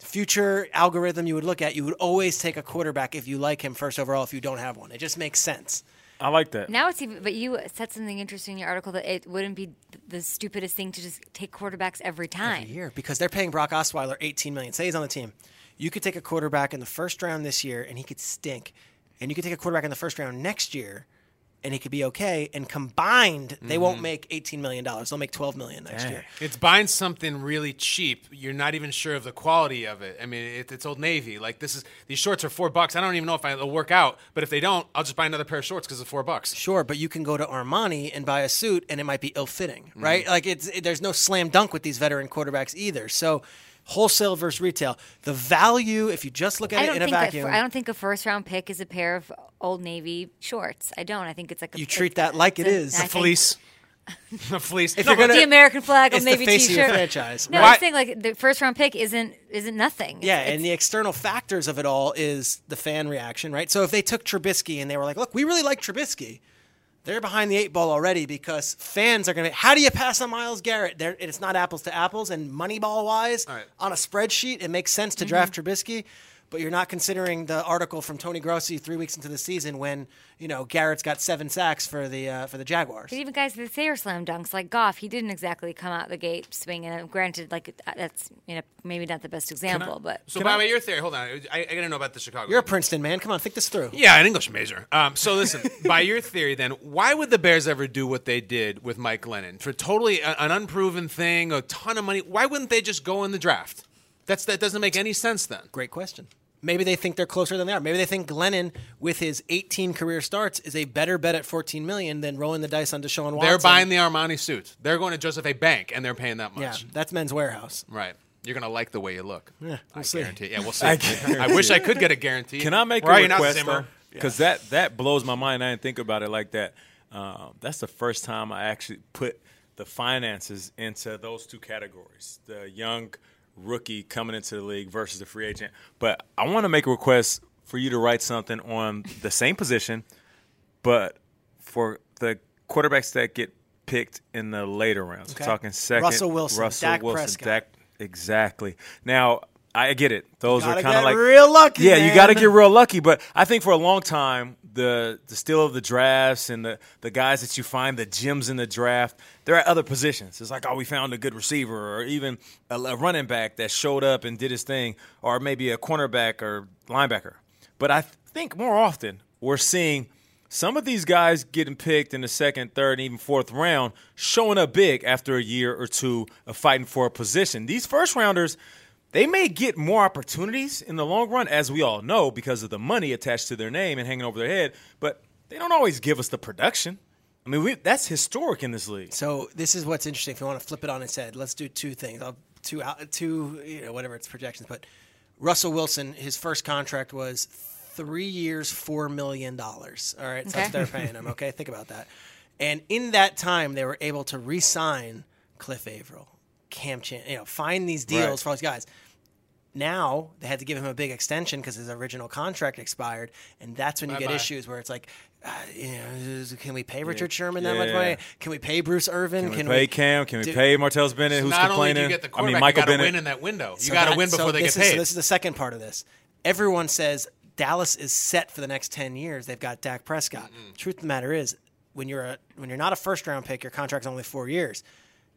future algorithm you would look at, you would always take a quarterback if you like him first overall if you don't have one. It just makes sense.
I like that.
Now it's even, but you said something interesting in your article that it wouldn't be th- the stupidest thing to just take quarterbacks every time.
Year because they're paying Brock Osweiler 18 million. Say he's on the team. You could take a quarterback in the first round this year and he could stink. And you could take a quarterback in the first round next year and he could be okay. And combined, they won't make 18 million dollars. They'll make 12 million next year.
It's buying something really cheap. You're not even sure of the quality of it. I mean, it, it's Old Navy. Like this is these shorts are four bucks. I don't even know if I, they'll work out, but if they don't, I'll just buy another pair of shorts because it's four bucks.
Sure, but you can go to Armani and buy a suit, and it might be ill-fitting, right? Like it's it, there's no slam dunk with these veteran quarterbacks either. So, wholesale versus retail, the value if you just look at
I
it
don't
in a
think that,
vacuum,
fir- I don't think a first round pick is a pair of Old Navy shorts. I don't. I think it's like a
you treat that like it is.
I think- Fleece.
The fleece.
If
No,
you're
but
gonna-
the American flag, Old
It's the
Navy
face of your
T-shirt.
franchise,
No,
right?
I'm saying like the first round pick isn't isn't nothing. It's-
Yeah,
it's-
and the external factors of it all is the fan reaction, right? So if they took Trubisky and they were like, "Look, we really like Trubisky," they're behind the eight ball already because fans are going to. How do you pass on Miles Garrett? They're, it's not apples to apples, and money ball wise,
right.
on a spreadsheet, it makes sense to draft Trubisky. But you're not considering the article from Tony Grossi three weeks into the season when you know Garrett's got seven sacks for the uh, for the Jaguars.
But even guys that say are slam dunks, like Goff, he didn't exactly come out the gate swinging. And granted, like uh, that's you know maybe not the best example, but
so by the way, your theory. Hold on, I, I gotta know about the Chicago.
You're a Princeton man. Come on, think this through.
yeah, an English major. Um, so listen, by your theory, then why would the Bears ever do what they did with Mike Lennon for totally a- an unproven thing, a ton of money? Why wouldn't they just go in the draft? That's that doesn't make any sense then.
Great question. Maybe they think they're closer than they are. Maybe they think Glennon, with his 18 career starts, is a better bet at 14 million than rolling the dice on Deshaun Watson.
They're buying the Armani suit. They're going to Joseph A. Bank, and they're paying that much.
yeah. That's Men's Warehouse.
Right. You're gonna like the way you look. Yeah, I
see.
guarantee. Yeah, we'll see.
I
I,
guarantee
wish I could get a guarantee.
Can I make
Where are
a
you now,
request?
Zimmer?
Because that that blows my mind. I didn't think about it like that. Um, that's the first time I actually put the finances into those two categories: the young rookie coming into the league versus the free agent. But I want to make a request for you to write something on the same position, but for the quarterbacks that get picked in the later rounds.
Okay.
We're talking second,
Russell Wilson,
Russell
Dak
Wilson,
Prescott.
Dak. Exactly. Now I get it. Those are
Gotta
kind of
get
like
real lucky,
Yeah, you got to
man.
get real lucky. But I think for a long time, the the steal of the drafts and the the guys that you find the gems in the draft, they're at other positions. It's like, oh, we found a good receiver, or even a, a running back that showed up and did his thing, or maybe a cornerback or linebacker. But I think more often we're seeing some of these guys getting picked in the second, third, and even fourth round, showing up big after a year or two of fighting for a position. These first rounders, they may get more opportunities in the long run, as we all know, because of the money attached to their name and hanging over their head, but they don't always give us the production. I mean, we, that's historic in this league.
So this is what's interesting. If you want to flip it on its head, let's do two things. I'll, two, out- two, you know, whatever it's projections. But Russell Wilson, his first contract was three years, four million dollars. All right, so that's
Okay.
they're paying him. Okay, think about that. And in that time, they were able to re-sign Cliff Averill, Cam Chan. You know, find these deals
Right.
for all these guys. Now they had to give him a big extension because his original contract expired, and that's when you get
Bye-bye.
issues where it's like, uh, you know, can we pay Richard Sherman that
Yeah.
much money? Can we pay Bruce Irvin?
Can, we pay Cam? Can we pay Martellus Bennett, who's
Not only
complaining?
do you get the
I
quarterback,
mean, Michael
you got to
Bennett.
win in that window. You
So
got to
that-
win before
so
they get
this
paid.
Is, so this is the second part of this. Everyone says Dallas is set for the next ten years. They've got Dak Prescott. Truth of the matter is, when you're a when you're not a first round pick, your contract's only four years.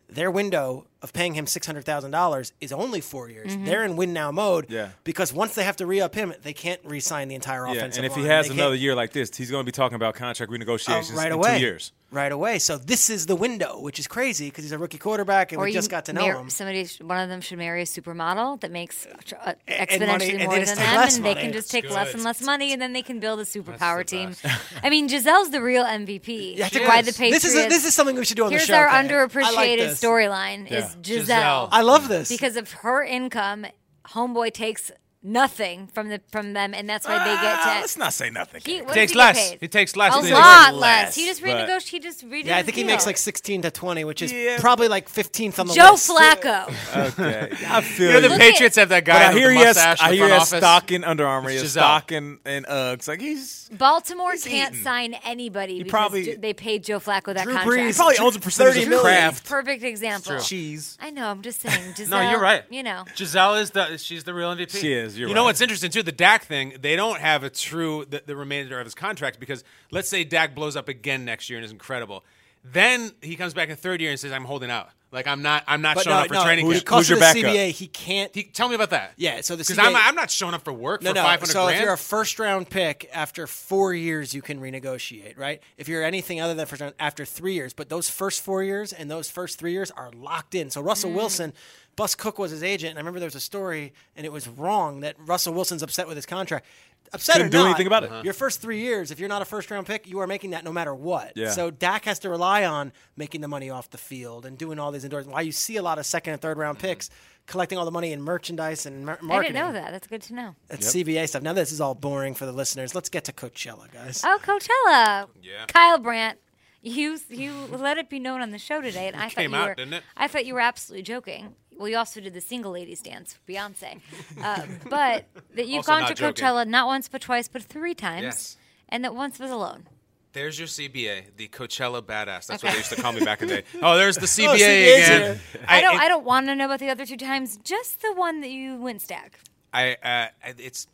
Their window of paying him six hundred thousand dollars is only four years. They're in win now mode.
Yeah.
Because once they have to re up him, they can't re sign the entire
yeah,
offensive
and if he
line.
has
They can't-
another year like this, he's going to be talking about contract renegotiations
Oh, right
in
away.
two years.
right away. So this is the window, which is crazy because he's a rookie quarterback, and we just got to know
mar-
him.
Somebody, sh- one of them should marry a supermodel that makes tr- uh,
and money-
exponentially
and they
more
just
than
take
them,
less
and they
money.
can just take
That's
less
good.
and less money, and then they can build a superpower
the
team. I mean, Giselle's the real MVP.
I think
why the
this-
Patriots?
This is a, this is something we should do on
here's
the show.
our
Kay. I like
underappreciated
this.
storyline: is Giselle.
Yeah.
I love this
because of her income, homeboy takes nothing from the from them, and that's why they get to.
Ah, let's not say nothing.
He, what does
takes
he get
less.
paid?
He takes less
A
than-
lot
Way
less.
less,
He just
but-
renegotiated. He just redid.
yeah, I think he
his
makes
deal.
like sixteen to twenty, which is
Yeah.
probably like fifteenth on the
Joe
list.
Flacco.
okay, I feel
You know, the
Look
you.
at-
Patriots have that
But
guy.
I hear
with
he
the
has,
mustache
I
in the
hear
front
he has
office.
stock in Under Armour,
It's
he has
Giselle.
stock in, in Uggs. Like he's
Baltimore
He's
can't
eating.
sign anybody because
probably-
Jo- they paid Joe Flacco that
Drew
contract.
he probably owns a percentage
30
of
million.
Kraft
Perfect example.
cheese.
I know. I'm just saying. Giselle,
No, you're right.
You know.
Giselle is the she's the real MVP.
She is, you're
you know
right.
what's interesting too? The Dak thing. They don't have a true the, the remainder of his contract because let's say Dak blows up again next year and is incredible, then he comes back in third year and says, "I'm holding out. Like I'm not. I'm not
But
showing
no,
up for
no,
training
who's-
camp."
because
who's your
of the
backup?
CBA, he can't.
He- tell me about that.
Yeah, so the
because
CBA
I'm, I'm not showing up for work
No,
for
no.
500
so
grand.
if you're a first round pick after four years, you can renegotiate, right? If you're anything other than first round after three years, but those first four years and those first three years are locked in. So Russell
Mm.
Wilson, Bus Cook was his agent, and I remember there was a story, and it was wrong that Russell Wilson's upset with his contract. Upset
Couldn't
or
do
not,
anything about it.
Your first three years, if you're not a first round pick, you are making that no matter what.
Yeah.
So Dak has to rely on making the money off the field and doing all these endorsements. Why you see a lot of second and third
Mm-hmm.
round picks collecting all the money in merchandise and mar- marketing.
I didn't know that. That's good to know.
That's CBA stuff. Now this is all boring for the listeners. Let's get to Coachella, guys.
Oh, Coachella.
Yeah.
Kyle Brandt. You you let it be known on the show today, and I thought
came
you
out,
were
didn't it?
I thought you were absolutely joking. Well, you also did the single ladies dance, Beyonce, uh, but that you've
Also
gone
not
to
joking.
Coachella not once but twice, but three times,
Yes.
and that once was alone.
There's your CBA, the Coachella badass. That's what they used to call me back in the day. Oh, there's the CBA
CBA's
again.
I don't.
it-
I don't want to know about the other two times. Just the one that you went stack.
I, uh, I- it's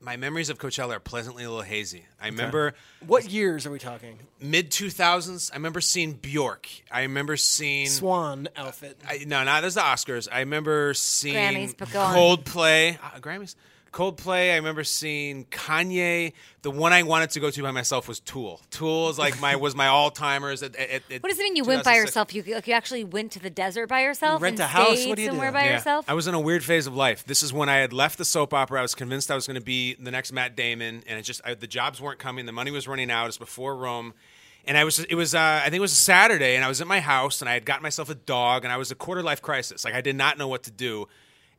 my memories of Coachella are pleasantly a little hazy. I remember
What years are we talking?
mid 2000s. I remember seeing Bjork. I remember seeing
Mm. Swan outfit.
I, no, not as the Oscars. I remember seeing
Grammys, but go on.
Coldplay, uh, Grammys, Coldplay. I remember seeing Kanye. The one I wanted to go to by myself was Tool. Tool is like my was my all timers. At, at, at,
What does it mean you went by
2006?
yourself? You like you actually went to the desert by yourself?
rent
and
a house?
Stayed
What do you do?
somewhere by
Yeah.
yourself?
I was in a weird phase of life. This is when I had left the soap opera. I was convinced I was going to be the next Matt Damon, and it just I, the jobs weren't coming. The money was running out. It's before Rome, and I was it was uh, I think it was a Saturday, and I was at my house, and I had gotten myself a dog, and I was a quarter life crisis. Like I did not know what to do.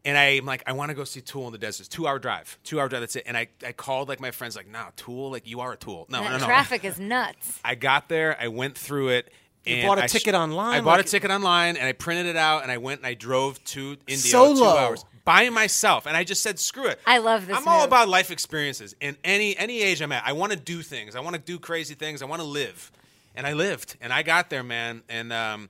And I'm like, I want to go see Tool in the desert. It's two hour drive, two hour drive. That's it. And I, I called like my friends, like, no, Tool, like you are a Tool. No,
that
no, no.
traffic is nuts.
I got there. I went through it. And
bought a
a
ticket online,
I bought
like-
a ticket online and I printed it out and I went and I drove to India two
Solo.
hours by myself and I just said screw it.
I love this
I'm all
move.
about life experiences. In any any age I'm at, I want to do things. I want to do crazy things. I want to live, and I lived. And I got there, man. And um,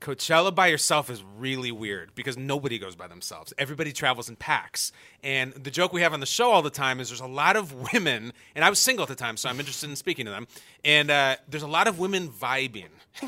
Coachella by yourself is really weird because nobody goes by themselves. Everybody travels in packs. And the joke we have on the show all the time is there's a lot of women, and I was single at the time, so I'm interested in speaking to them. And uh, there's a lot of women vibing.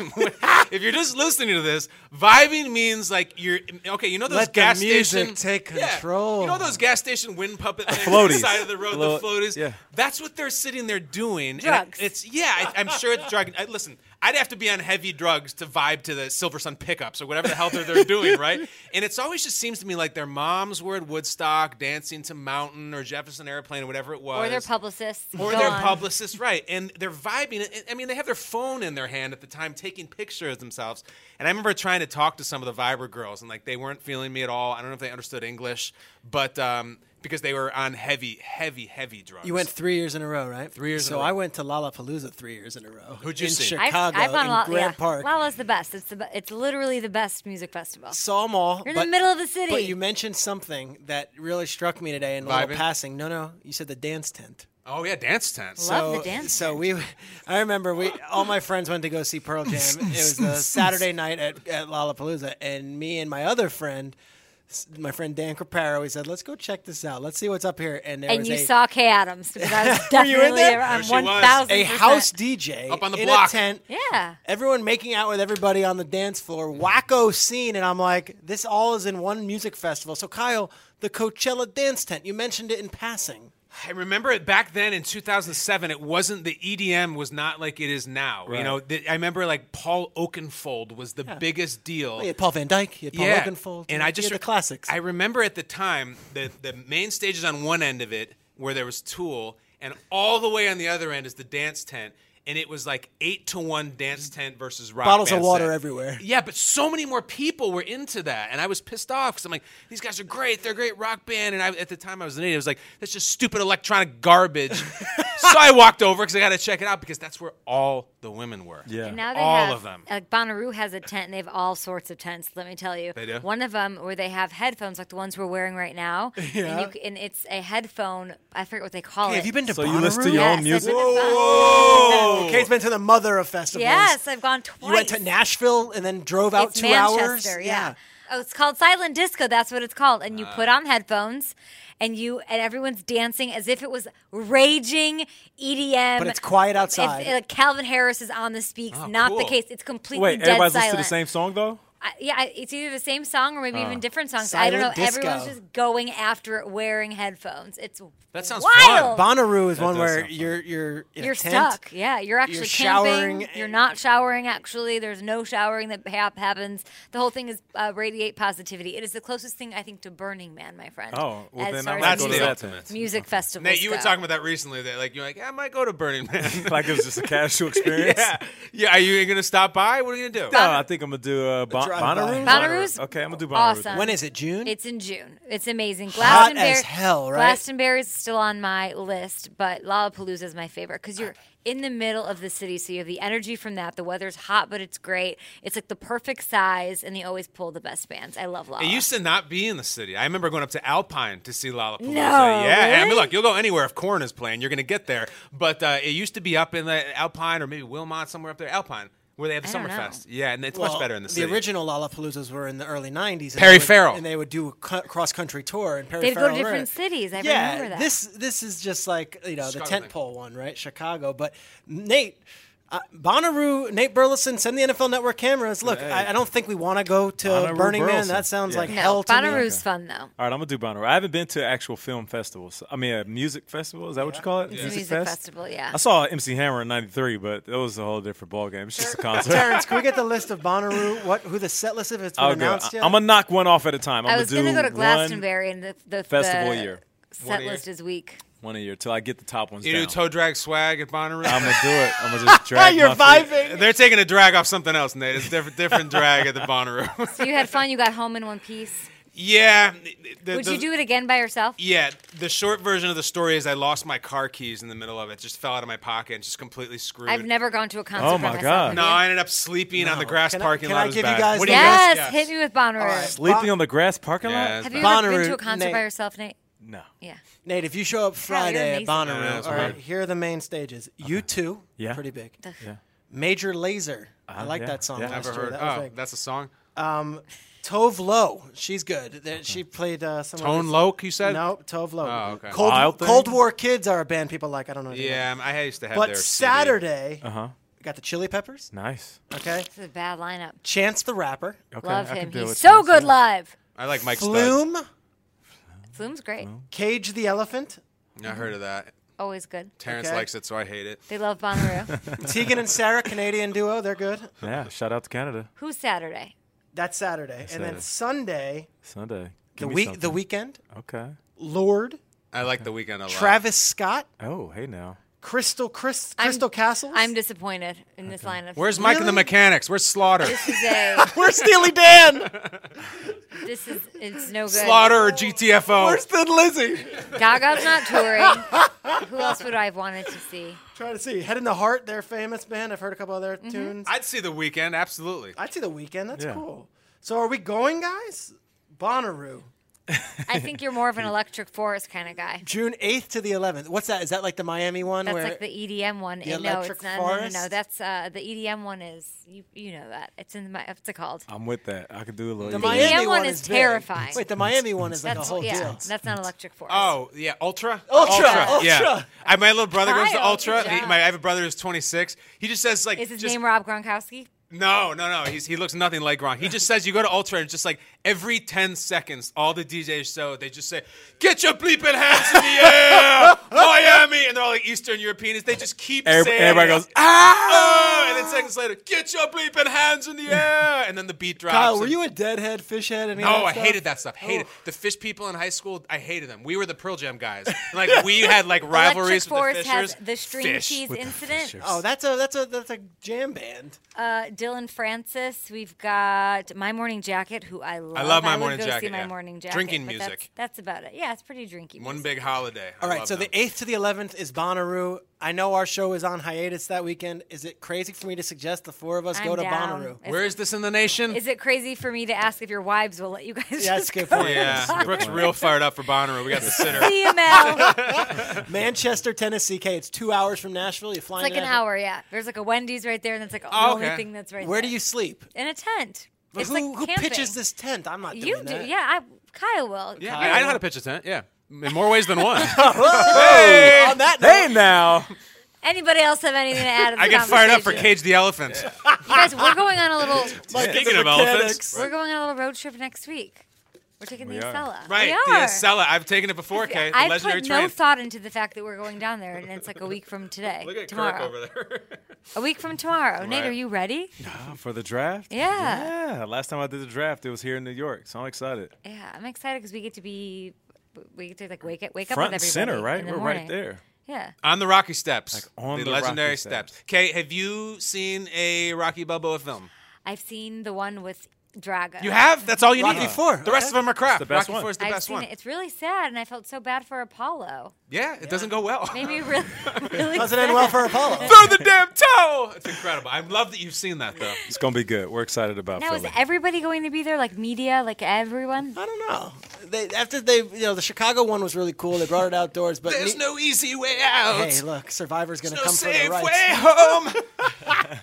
if you're just listening to this, vibing means like you're okay. You know those
Let the
gas
music
station
take
Yeah.
control.
You know those gas station wind puppet things on the
Floaties.
side of the road,
Little-
the floaties.
yeah.
That's what they're sitting there doing. And
Drugs.
I- it's yeah. I, I'm sure it's drug. I, listen, I'd have to be on heavy drugs to vibe to the Silver Sun pickups or whatever the hell they're, they're doing, right? And it's always just seems to me like their moms were at Woodstock dancing to Mountain or Jefferson Airplane or whatever it was,
Or their publicists.
or
Go
their
on.
publicist, right? And they're vibing. And- I mean, they have their phone in their hand at the time, taking pictures of themselves. And I remember trying to talk to some of the Viber girls, and like they weren't feeling me at all. I don't know if they understood English, but um, because they were on heavy, heavy, heavy drugs.
You went three years in a row, right? Three
years in
So
a row.
I went to Lollapalooza three years in a row.
Who'd you
in
see?
I've,
Chicago,
I've gone
in
to Lala.
Grand
yeah.
Park.
Lala's the best. It's the be- it's literally the best music festival.
Saw 'em all.
You're in
but,
the middle of the city.
But you mentioned something that really struck me today in a little
Vibing?
passing. No, no, you said the dance tent.
Oh yeah, dance tent.
Love the dance
So we, I remember we all my friends went to go see Pearl Jam. it was the Saturday night at, at Lollapalooza, and me and my other friend, s- my friend Dan Craparo, we said, "Let's go check this out. Let's see what's up here." And there
and
was
you
a,
saw Kay Adams because I was definitely
you in there?
I'm
There she was.
one thousand.
a house DJ
Up on the
in
block.
a tent.
Yeah.
Everyone making out with everybody on the dance floor, wacko scene, and I'm like, this all is in one music festival. So Kyle, the Coachella dance tent, you mentioned it in passing.
I remember it back then in 2007. It wasn't the EDM was not like it is now. You
Right.
know, th- I remember like Paul Oakenfold was the biggest deal.
You had Paul Van Dyke, you had Oh, Paul
Oh. yeah.
Oakenfold,
and
you
I
had
just
the classics.
I remember at the time the the main stage is on one end of it where there was Tool, and all the way on the other end is the dance tent, and it was like eight to one dance tent versus rock.
Mm. Bottles of
band
water
set.
everywhere.
Yeah, but so many more people were into that, and I was pissed off because I'm like, these guys are great, they're a great rock band, and I, at the time I was an idiot. I was like, that's just stupid electronic garbage. so I walked over because I got to check it out because that's where all the women were.
And now they
All
have,
of them.
Like Bonnaroo has a tent, and they have all sorts of tents. Let me tell you,
They do?
One of them where they have headphones, like the ones we're wearing right now. And, you, c- and it's a headphone. I forget what they call
Hey,
it.
have you been to
So
Bonnaroo?
you listen to your own
Yes,
music?
I've been to
Whoa!
Bonnaroo.
Kate's been to the mother of festivals.
Yes, I've gone twice.
You went to Nashville and then drove out
it's
two hours.
Manchester, Yeah. Oh, it's called silent disco. That's what it's called. And you put
Ah.
on headphones, and you and everyone's dancing as if it was raging E EDM.
But it's quiet outside. Ah,
It's, uh, Calvin Harris is on the speaks. not the
cool.
case. It's completely
Wait,
dead
everybody's
silent.
listening to the same song though?
I, yeah, I- it's either the same song or maybe even different songs. I don't know.
Silent
Everyone's
disco.
just going after it, wearing headphones. It's
That sounds
wild.
Bonnaroo is one
does
where
sound fun.
you're you're in a
You're
tent.
stuck. Yeah, you're actually
showering
camping. You're
and-
not showering. Actually, there's no showering that hap- happens. The whole thing is uh, radiate positivity. It is the closest thing I think to Burning Man, my friend.
Oh, well
as
then
far
I'm
as
gonna go to
music,
that then.
music festivals.
Nate, you were
go.
talking about that recently. That like you're like, I might go to Burning Man.
like it was just a casual experience.
yeah, yeah. Are you gonna stop by? What are you gonna do?
No, I think I'm gonna do uh, bon-
drive-by.
Bonnaroo.
Bonnaroo's
Okay, I'm gonna do Bonnaroo.
awesome.
When is it? June.
It's in June. It's amazing.
Hot
Glastonbury,
as hell, right?
Glastonbury is still on my list, but Lollapalooza is my favorite because you're in the middle of the city, so you have the energy from that. The weather's hot, but it's great. It's like the perfect size, and they always pull the best bands. I love Lolla.
It used to not be in the city. I remember going up to Alpine to see Lollapalooza.
No,
yeah, and I mean,
really?
look, you'll go anywhere if Corn is playing, you're going to get there. But uh, it used to be up in the Alpine or maybe Wilmot somewhere up there, Alpine, where they have the
I don't know.
Summerfest. Yeah, and it's
Well,
much better in the city.
original Lollapaloozas were in the early '90s. and
Perry
they would-
Farrell.
and they would do a cross country tour, and Perry
They'd go
Farrell
to
wrote
different
it.
cities. I
yeah,
remember that.
this this is just like you know
Chicago
the
thing.
tentpole one, right? Chicago. But Nate, uh, Bonnaroo, Nate Burleson, send the NFL Network cameras. Look, I, I don't think we want to go to
Bonnaroo
Burning Man.
Burleson.
That sounds
Yeah.
like
no,
hell to me.
Bonnaroo's fun though.
All right, I'm gonna do Bonnaroo. I haven't been to actual film festivals. I mean, a music festival. Is that what you call it?
It's a music festible, yeah.
I saw MC Hammer in '93, but that was a whole different ballgame. It's just a concert.
Terrence, can we get the list of Bonnaroo? What who the set list of it's
Oh,
been
I'll go.
announced yet?
I'm gonna knock one off at a time. I'm
I was
gonna
gonna go
do
to
one-
Glastonbury, and the, the
festival
the
year.
set
a year.
list is weak.
one a year till I get the top ones
you do
down.
toe drag swag at Bonnaroo?
Um,
I'm gonna do it. I'm gonna just drag.
You're
my feet.
vibing.
They're taking a drag off something else, Nate. It's different, different drag at the Bonnaroo.
So you had fun. You got home in one piece.
yeah. the-
Would
the-
you do it again by yourself?
Yeah, the short version of the story is I lost my car keys in the middle of it. Just fell out of my pocket and just completely screwed.
I've never gone to a concert.
Oh
by
my
myself.
God.
Have
No,
you?
I ended up sleeping on the grass
Can I-
parking
can
lot.
I
It was
give you
bad.
guys
What do
Yes,
guys guess?
hit me with Bonnaroo.
right.
Sleeping
Bo-
on the grass parking
Yeah,
lot?
it's
Have you ever
Bonnaroo,
been to a concert
Nate.
by yourself, Nate?
No.
Yeah.
Nate, if you show up Friday at
amazing.
Yeah,
Bonnaroo,
that's
all right,
weird.
here are the main stages. You two,
Yeah.
pretty big.
Yeah.
Major Laser, I
Uh,
like
yeah,
that song.
yeah.
last
Uh-huh, Never
year.
heard.
That was
oh,
big.
that's a song.
Tove Lo, she's good. That- She played uh, someone.
Tone
who's-
Loc, you said?
No, Tove Lo.
Oh, okay.
Cold,
Wild Thing?
Cold War Kids are a band people like. I don't know. if you know.
Yeah, I used to have.
But
their CD.
Saturday,
Uh huh.
got the Chili Peppers.
Nice.
Okay.
This is a bad lineup.
Chance the Rapper,
Okay,
Love
I can
him.
deal
He's
with
so
this.
good
Yeah.
live.
I like Mike Stud.
Flume,
Flume's great.
Cage the Elephant,
I heard of that.
Always good.
Terrence
Okay.
likes it, so I hate it.
They love Bonnaroo.
Tegan and Sarah, Canadian duo. They're good.
Yeah. Shout out to Canada.
Who's Saturday?
That's Saturday, and then
Saturday.
Sunday,
Sunday.
the
Give me
week, the
something.
weekend,
Okay.
Lord,
I like the weekend a lot.
Travis Scott,
Oh, hey now.
Crystal Chris,
I'm-
Crystal Castles.
I'm disappointed in this lineup.
Where's Mike and the
Really?
Mechanics? Where's Slaughter?
This is a.
Where's Steely Dan?
This is. It's no good.
Slaughter or GTFO?
Where's Thin Lizzy?
Gaga's not touring. Who else would I have wanted to see?
Trying to see. Head in the Heart, they're famous band. I've heard a couple of their
Mm-hmm.
tunes.
I'd see the weekend absolutely.
I'd see the weekend. That's
Yeah.
cool. So are we going, guys? Bonnaroo,
I think you're more of an electric forest kind of guy.
June eighth to the eleventh. What's that? Is that like the Miami one?
That's
where
like the EDM one.
The
And no,
Electric
it's not. No, no, no.
Forest?
That's uh, the EDM one is you. You know that. It's in the. mi- What's it called?
I'm with that. I could do a little.
the
easy.
Miami EDM one is
big.
terrifying.
Wait, the Miami one is like
That's
a whole
yeah.
deal.
That's not electric forest.
Oh yeah, Ultra.
Ultra, Ultra.
Yeah. I, my little brother goes to
Kyle,
Ultra.
good
He-
job.
my I have a brother who's 26. He just says like
Is his
just-
name Rob Gronkowski?
No, no, no. He's, he looks nothing like Gronk. He just says you go to Ultra and it's just like every 10 seconds, all the DJs show, they just say, get your bleeping hands in the air, Miami. And they're all like Eastern Europeans. They just keep
Everybody,
saying
everybody
it.
goes, ah!
Oh, and then seconds later, get your bleeping hands in the air. And then the beat drops.
Kyle, Oh, were
and-
you a deadhead, fishhead? Any
No,
of
I
stuff? Oh.
hated that stuff. Hated the fish people in high school. I hated them. We were the Pearl Jam guys. Like we had like
Electric
rivalries
Forest
with the Fishers.
has the string
Fish.
cheese incident.
Oh, that's a that's a that's a jam band.
Uh, Dylan Francis. We've got My Morning Jacket, who I love.
love My
would
Morning
go See
Jacket,
my
yeah.
Morning Jacket.
Drinking
but
music.
That's, that's about it. Yeah, it's pretty drinky.
One
music.
big holiday. I
All right,
love
so
them.
the eighth to the eleventh is Bonnaroo. I know our show is on hiatus that weekend. Is it crazy for me to suggest the four of us
I'm
go to
down.
Bonnaroo?
It's-
Where is this in the nation?
Is it crazy for me to ask if your wives will let you guys?
Yeah,
just
that's a good
go?
point.
yeah, Brooke's real fired up for Bonnaroo. We got the sitter.
See you, Mel. It's
Manchester, Tennessee. K. It's two hours from Nashville. You fly
like an hour. Yeah, there's like a Wendy's right there, and that's like the
Oh,
only
okay.
thing that's right.
Where do
there.
you sleep?
in a tent?
But
it's
who
like
who
camping.
pitches this tent? I'm not
You
doing
do,
that.
yeah. I, Kyle will.
Yeah,
You're-
I, I know how to pitch a tent. Yeah, in more ways than one.
Hey, on that
"Oh!" Hey,
note,
now.
Anybody else have anything to add? to the
I get fired up for
conversation?
Cage the Elephant.
You guys, we're going on a little.
Mike,
Speaking
the
of elephants.
mechanics.
We're going on a little road trip next week. We're taking the
We are.
Acela.
right,
we
the
are.
Acela. I've taken it before. Okay, the
I put
legendary
no
train.
thought into the fact that we're going down there, and it's like a week from today.
Look at
tomorrow.
Kirk over there.
A week from tomorrow. Nate,
Right.
are you ready?
Ah, For the draft?
Yeah.
Yeah. Last time I did the draft, it was here in New York, so I'm excited.
Yeah, I'm excited because we get to be, we get to like wake up, wake
Front
up
and
with everybody
center, right?
in the
We're
morning.
right there.
Yeah.
on the Rocky Steps,
on the Rocky
legendary
Steps.
Okay, have you seen a Rocky Balboa film?
I've seen the one with Drago.
You have? That's all you
Rocky
need.
Four.
The rest of them are crap.
the best
Rocky
one.
Four is the
I've
best
seen
one.
it. It's really sad, and I felt so bad for Apollo.
Yeah, it doesn't go well.
Made me really, really
doesn't end well
sad.
for Apollo.
Throw the damn towel. It's incredible. I love that you've seen that though.
It's going to be good. We're excited about
Now is
Philly.
everybody going to be there? Like media, like everyone?
I don't know. They after they you know the Chicago one was really cool. They brought it outdoors, but
There's
ne-
no easy way out.
Hey, look, Survivor's gonna
There's no
come for
safe
the rights.
way home.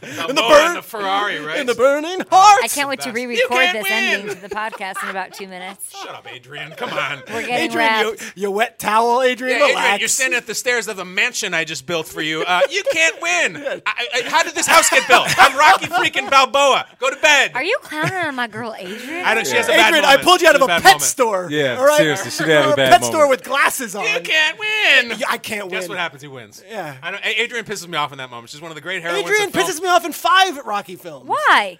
in the
burn-
the Ferrari, right?
In the burning heart.
I can't wait to
best. You
re-record
can't
this
win!
ending to the podcast in about two minutes.
Shut up, Adrian. Come on.
We're
Yeah,
getting
Adrian, you,
wrapped.
you wet towel, Adrian.
Adrian,
relax.
you're standing at the stairs of the mansion I just built for you. Uh, you can't win. I, I, how did this house get built? I'm Rocky freaking Balboa. Go to bed.
Are you clowning on my girl Adrian?
I don't. She has a bad
Adrian, I
moment.
pulled you out
She
of a
has
pet
bad moment.
store.
Yeah,
all right?
seriously, she did have a
Or
bad
pet
moment.
store with glasses on.
You can't win.
Yeah, I can't
Guess
win.
what happens? He wins.
Yeah.
I know, A- Adrian pisses me off in that moment. She's one of the great heroines.
Adrian
of film.
pisses me off in five Rocky films.
Why?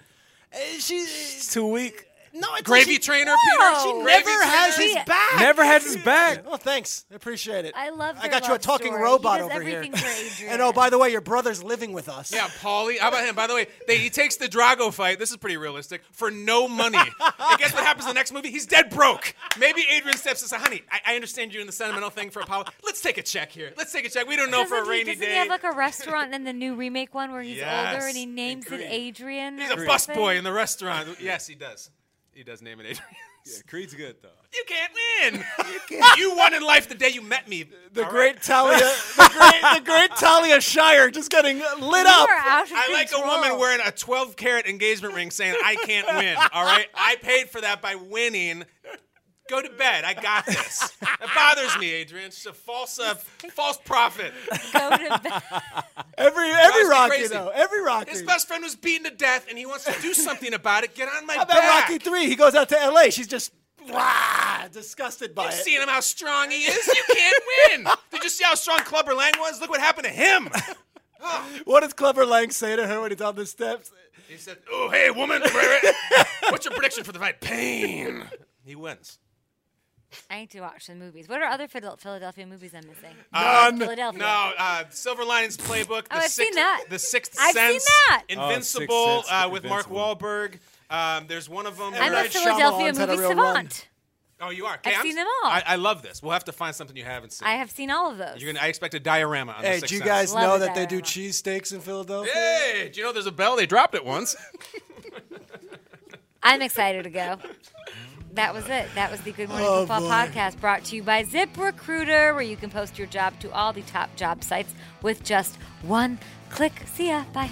Uh, She,
It's too weak.
no, it's
Gravy
she,
trainer,
No.
Peter.
She
Gravy
never
trainer.
has his
She-
back.
Never has his back.
Oh, thanks. I appreciate it.
I love.
I
their
got you a
love
talking
story.
robot
he does
over here.
everything For Adrian.
And oh, by the way, your brother's living with us.
Yeah, Paulie. How about him? By the way, they, he takes the Drago fight. This is pretty realistic for no money. and guess what happens in the next movie? He's dead broke. Maybe Adrian steps and says, "Honey, I, I understand you and the sentimental thing for Apollo. Let's take a check here. Let's take a check. We don't know
doesn't,
for a rainy
he, doesn't
day."
he have like a restaurant in the new remake one where he's older
Yes.
and he names
Agreed.
it Adrian?
He's a busboy in the restaurant. Yes, he does. He does name it Adrian.
Creed's good though.
You can't win. you, won in life the day you met me.
The
all
great
right?
Talia, the great, the great Talia Shire, just getting lit
You
up.
are out of
I like a woman
control.
wearing a 12 carat engagement ring saying, I can't win. All right? I paid for that by winning. Go to bed. I got this. It bothers me, Adrian. It's a false, uh, false prophet.
Go to bed.
Every
Drives
every
me
Rocky
crazy.
though, every Rocky.
His best friend was beaten to death, and he wants to do something about it. Get on my
How about
back.
Rocky Three? He goes out to L.A. She's just wah, disgusted by
You've
it.
seen him how strong he is. You can't win. Did you see how strong Clubber Lang was? Look what happened to him.
What does Clever Lang say to her when he's on the steps?
He said, "Oh, hey, woman, what's your prediction for the fight? Pain." He wins.
I need to watch the movies. What are other Phil- Philadelphia movies I'm missing?
None.
Philadelphia.
No, uh, Silver Linings Playbook. the
Oh, I've
sixth,
seen that.
The Sixth
I've seen
Sense.
that.
Oh, Sixth
Invincible
Sense,
uh, with
Invincible.
Mark Wahlberg. Um, there's one of them.
I'm a
where-
Right,
Philadelphia
Shyamalan's had a
movie
real run.
savant.
oh, you are. Okay,
I've
I'm-
seen them all.
I, I love this. We'll have to find something you haven't seen.
I have seen all of those.
You're gonna. I expect a diorama on
Hey,
the Sixth
do you
Sense.
guys
Love
know
a
that they do
diorama.
cheesesteaks in Philadelphia?
Hey, do you know there's a bell? They dropped it once.
I'm excited to go. That was it. That was the Good Morning Football podcast brought to you by ZipRecruiter, where you can post your job to all the top job sites with just one click. See ya. Bye.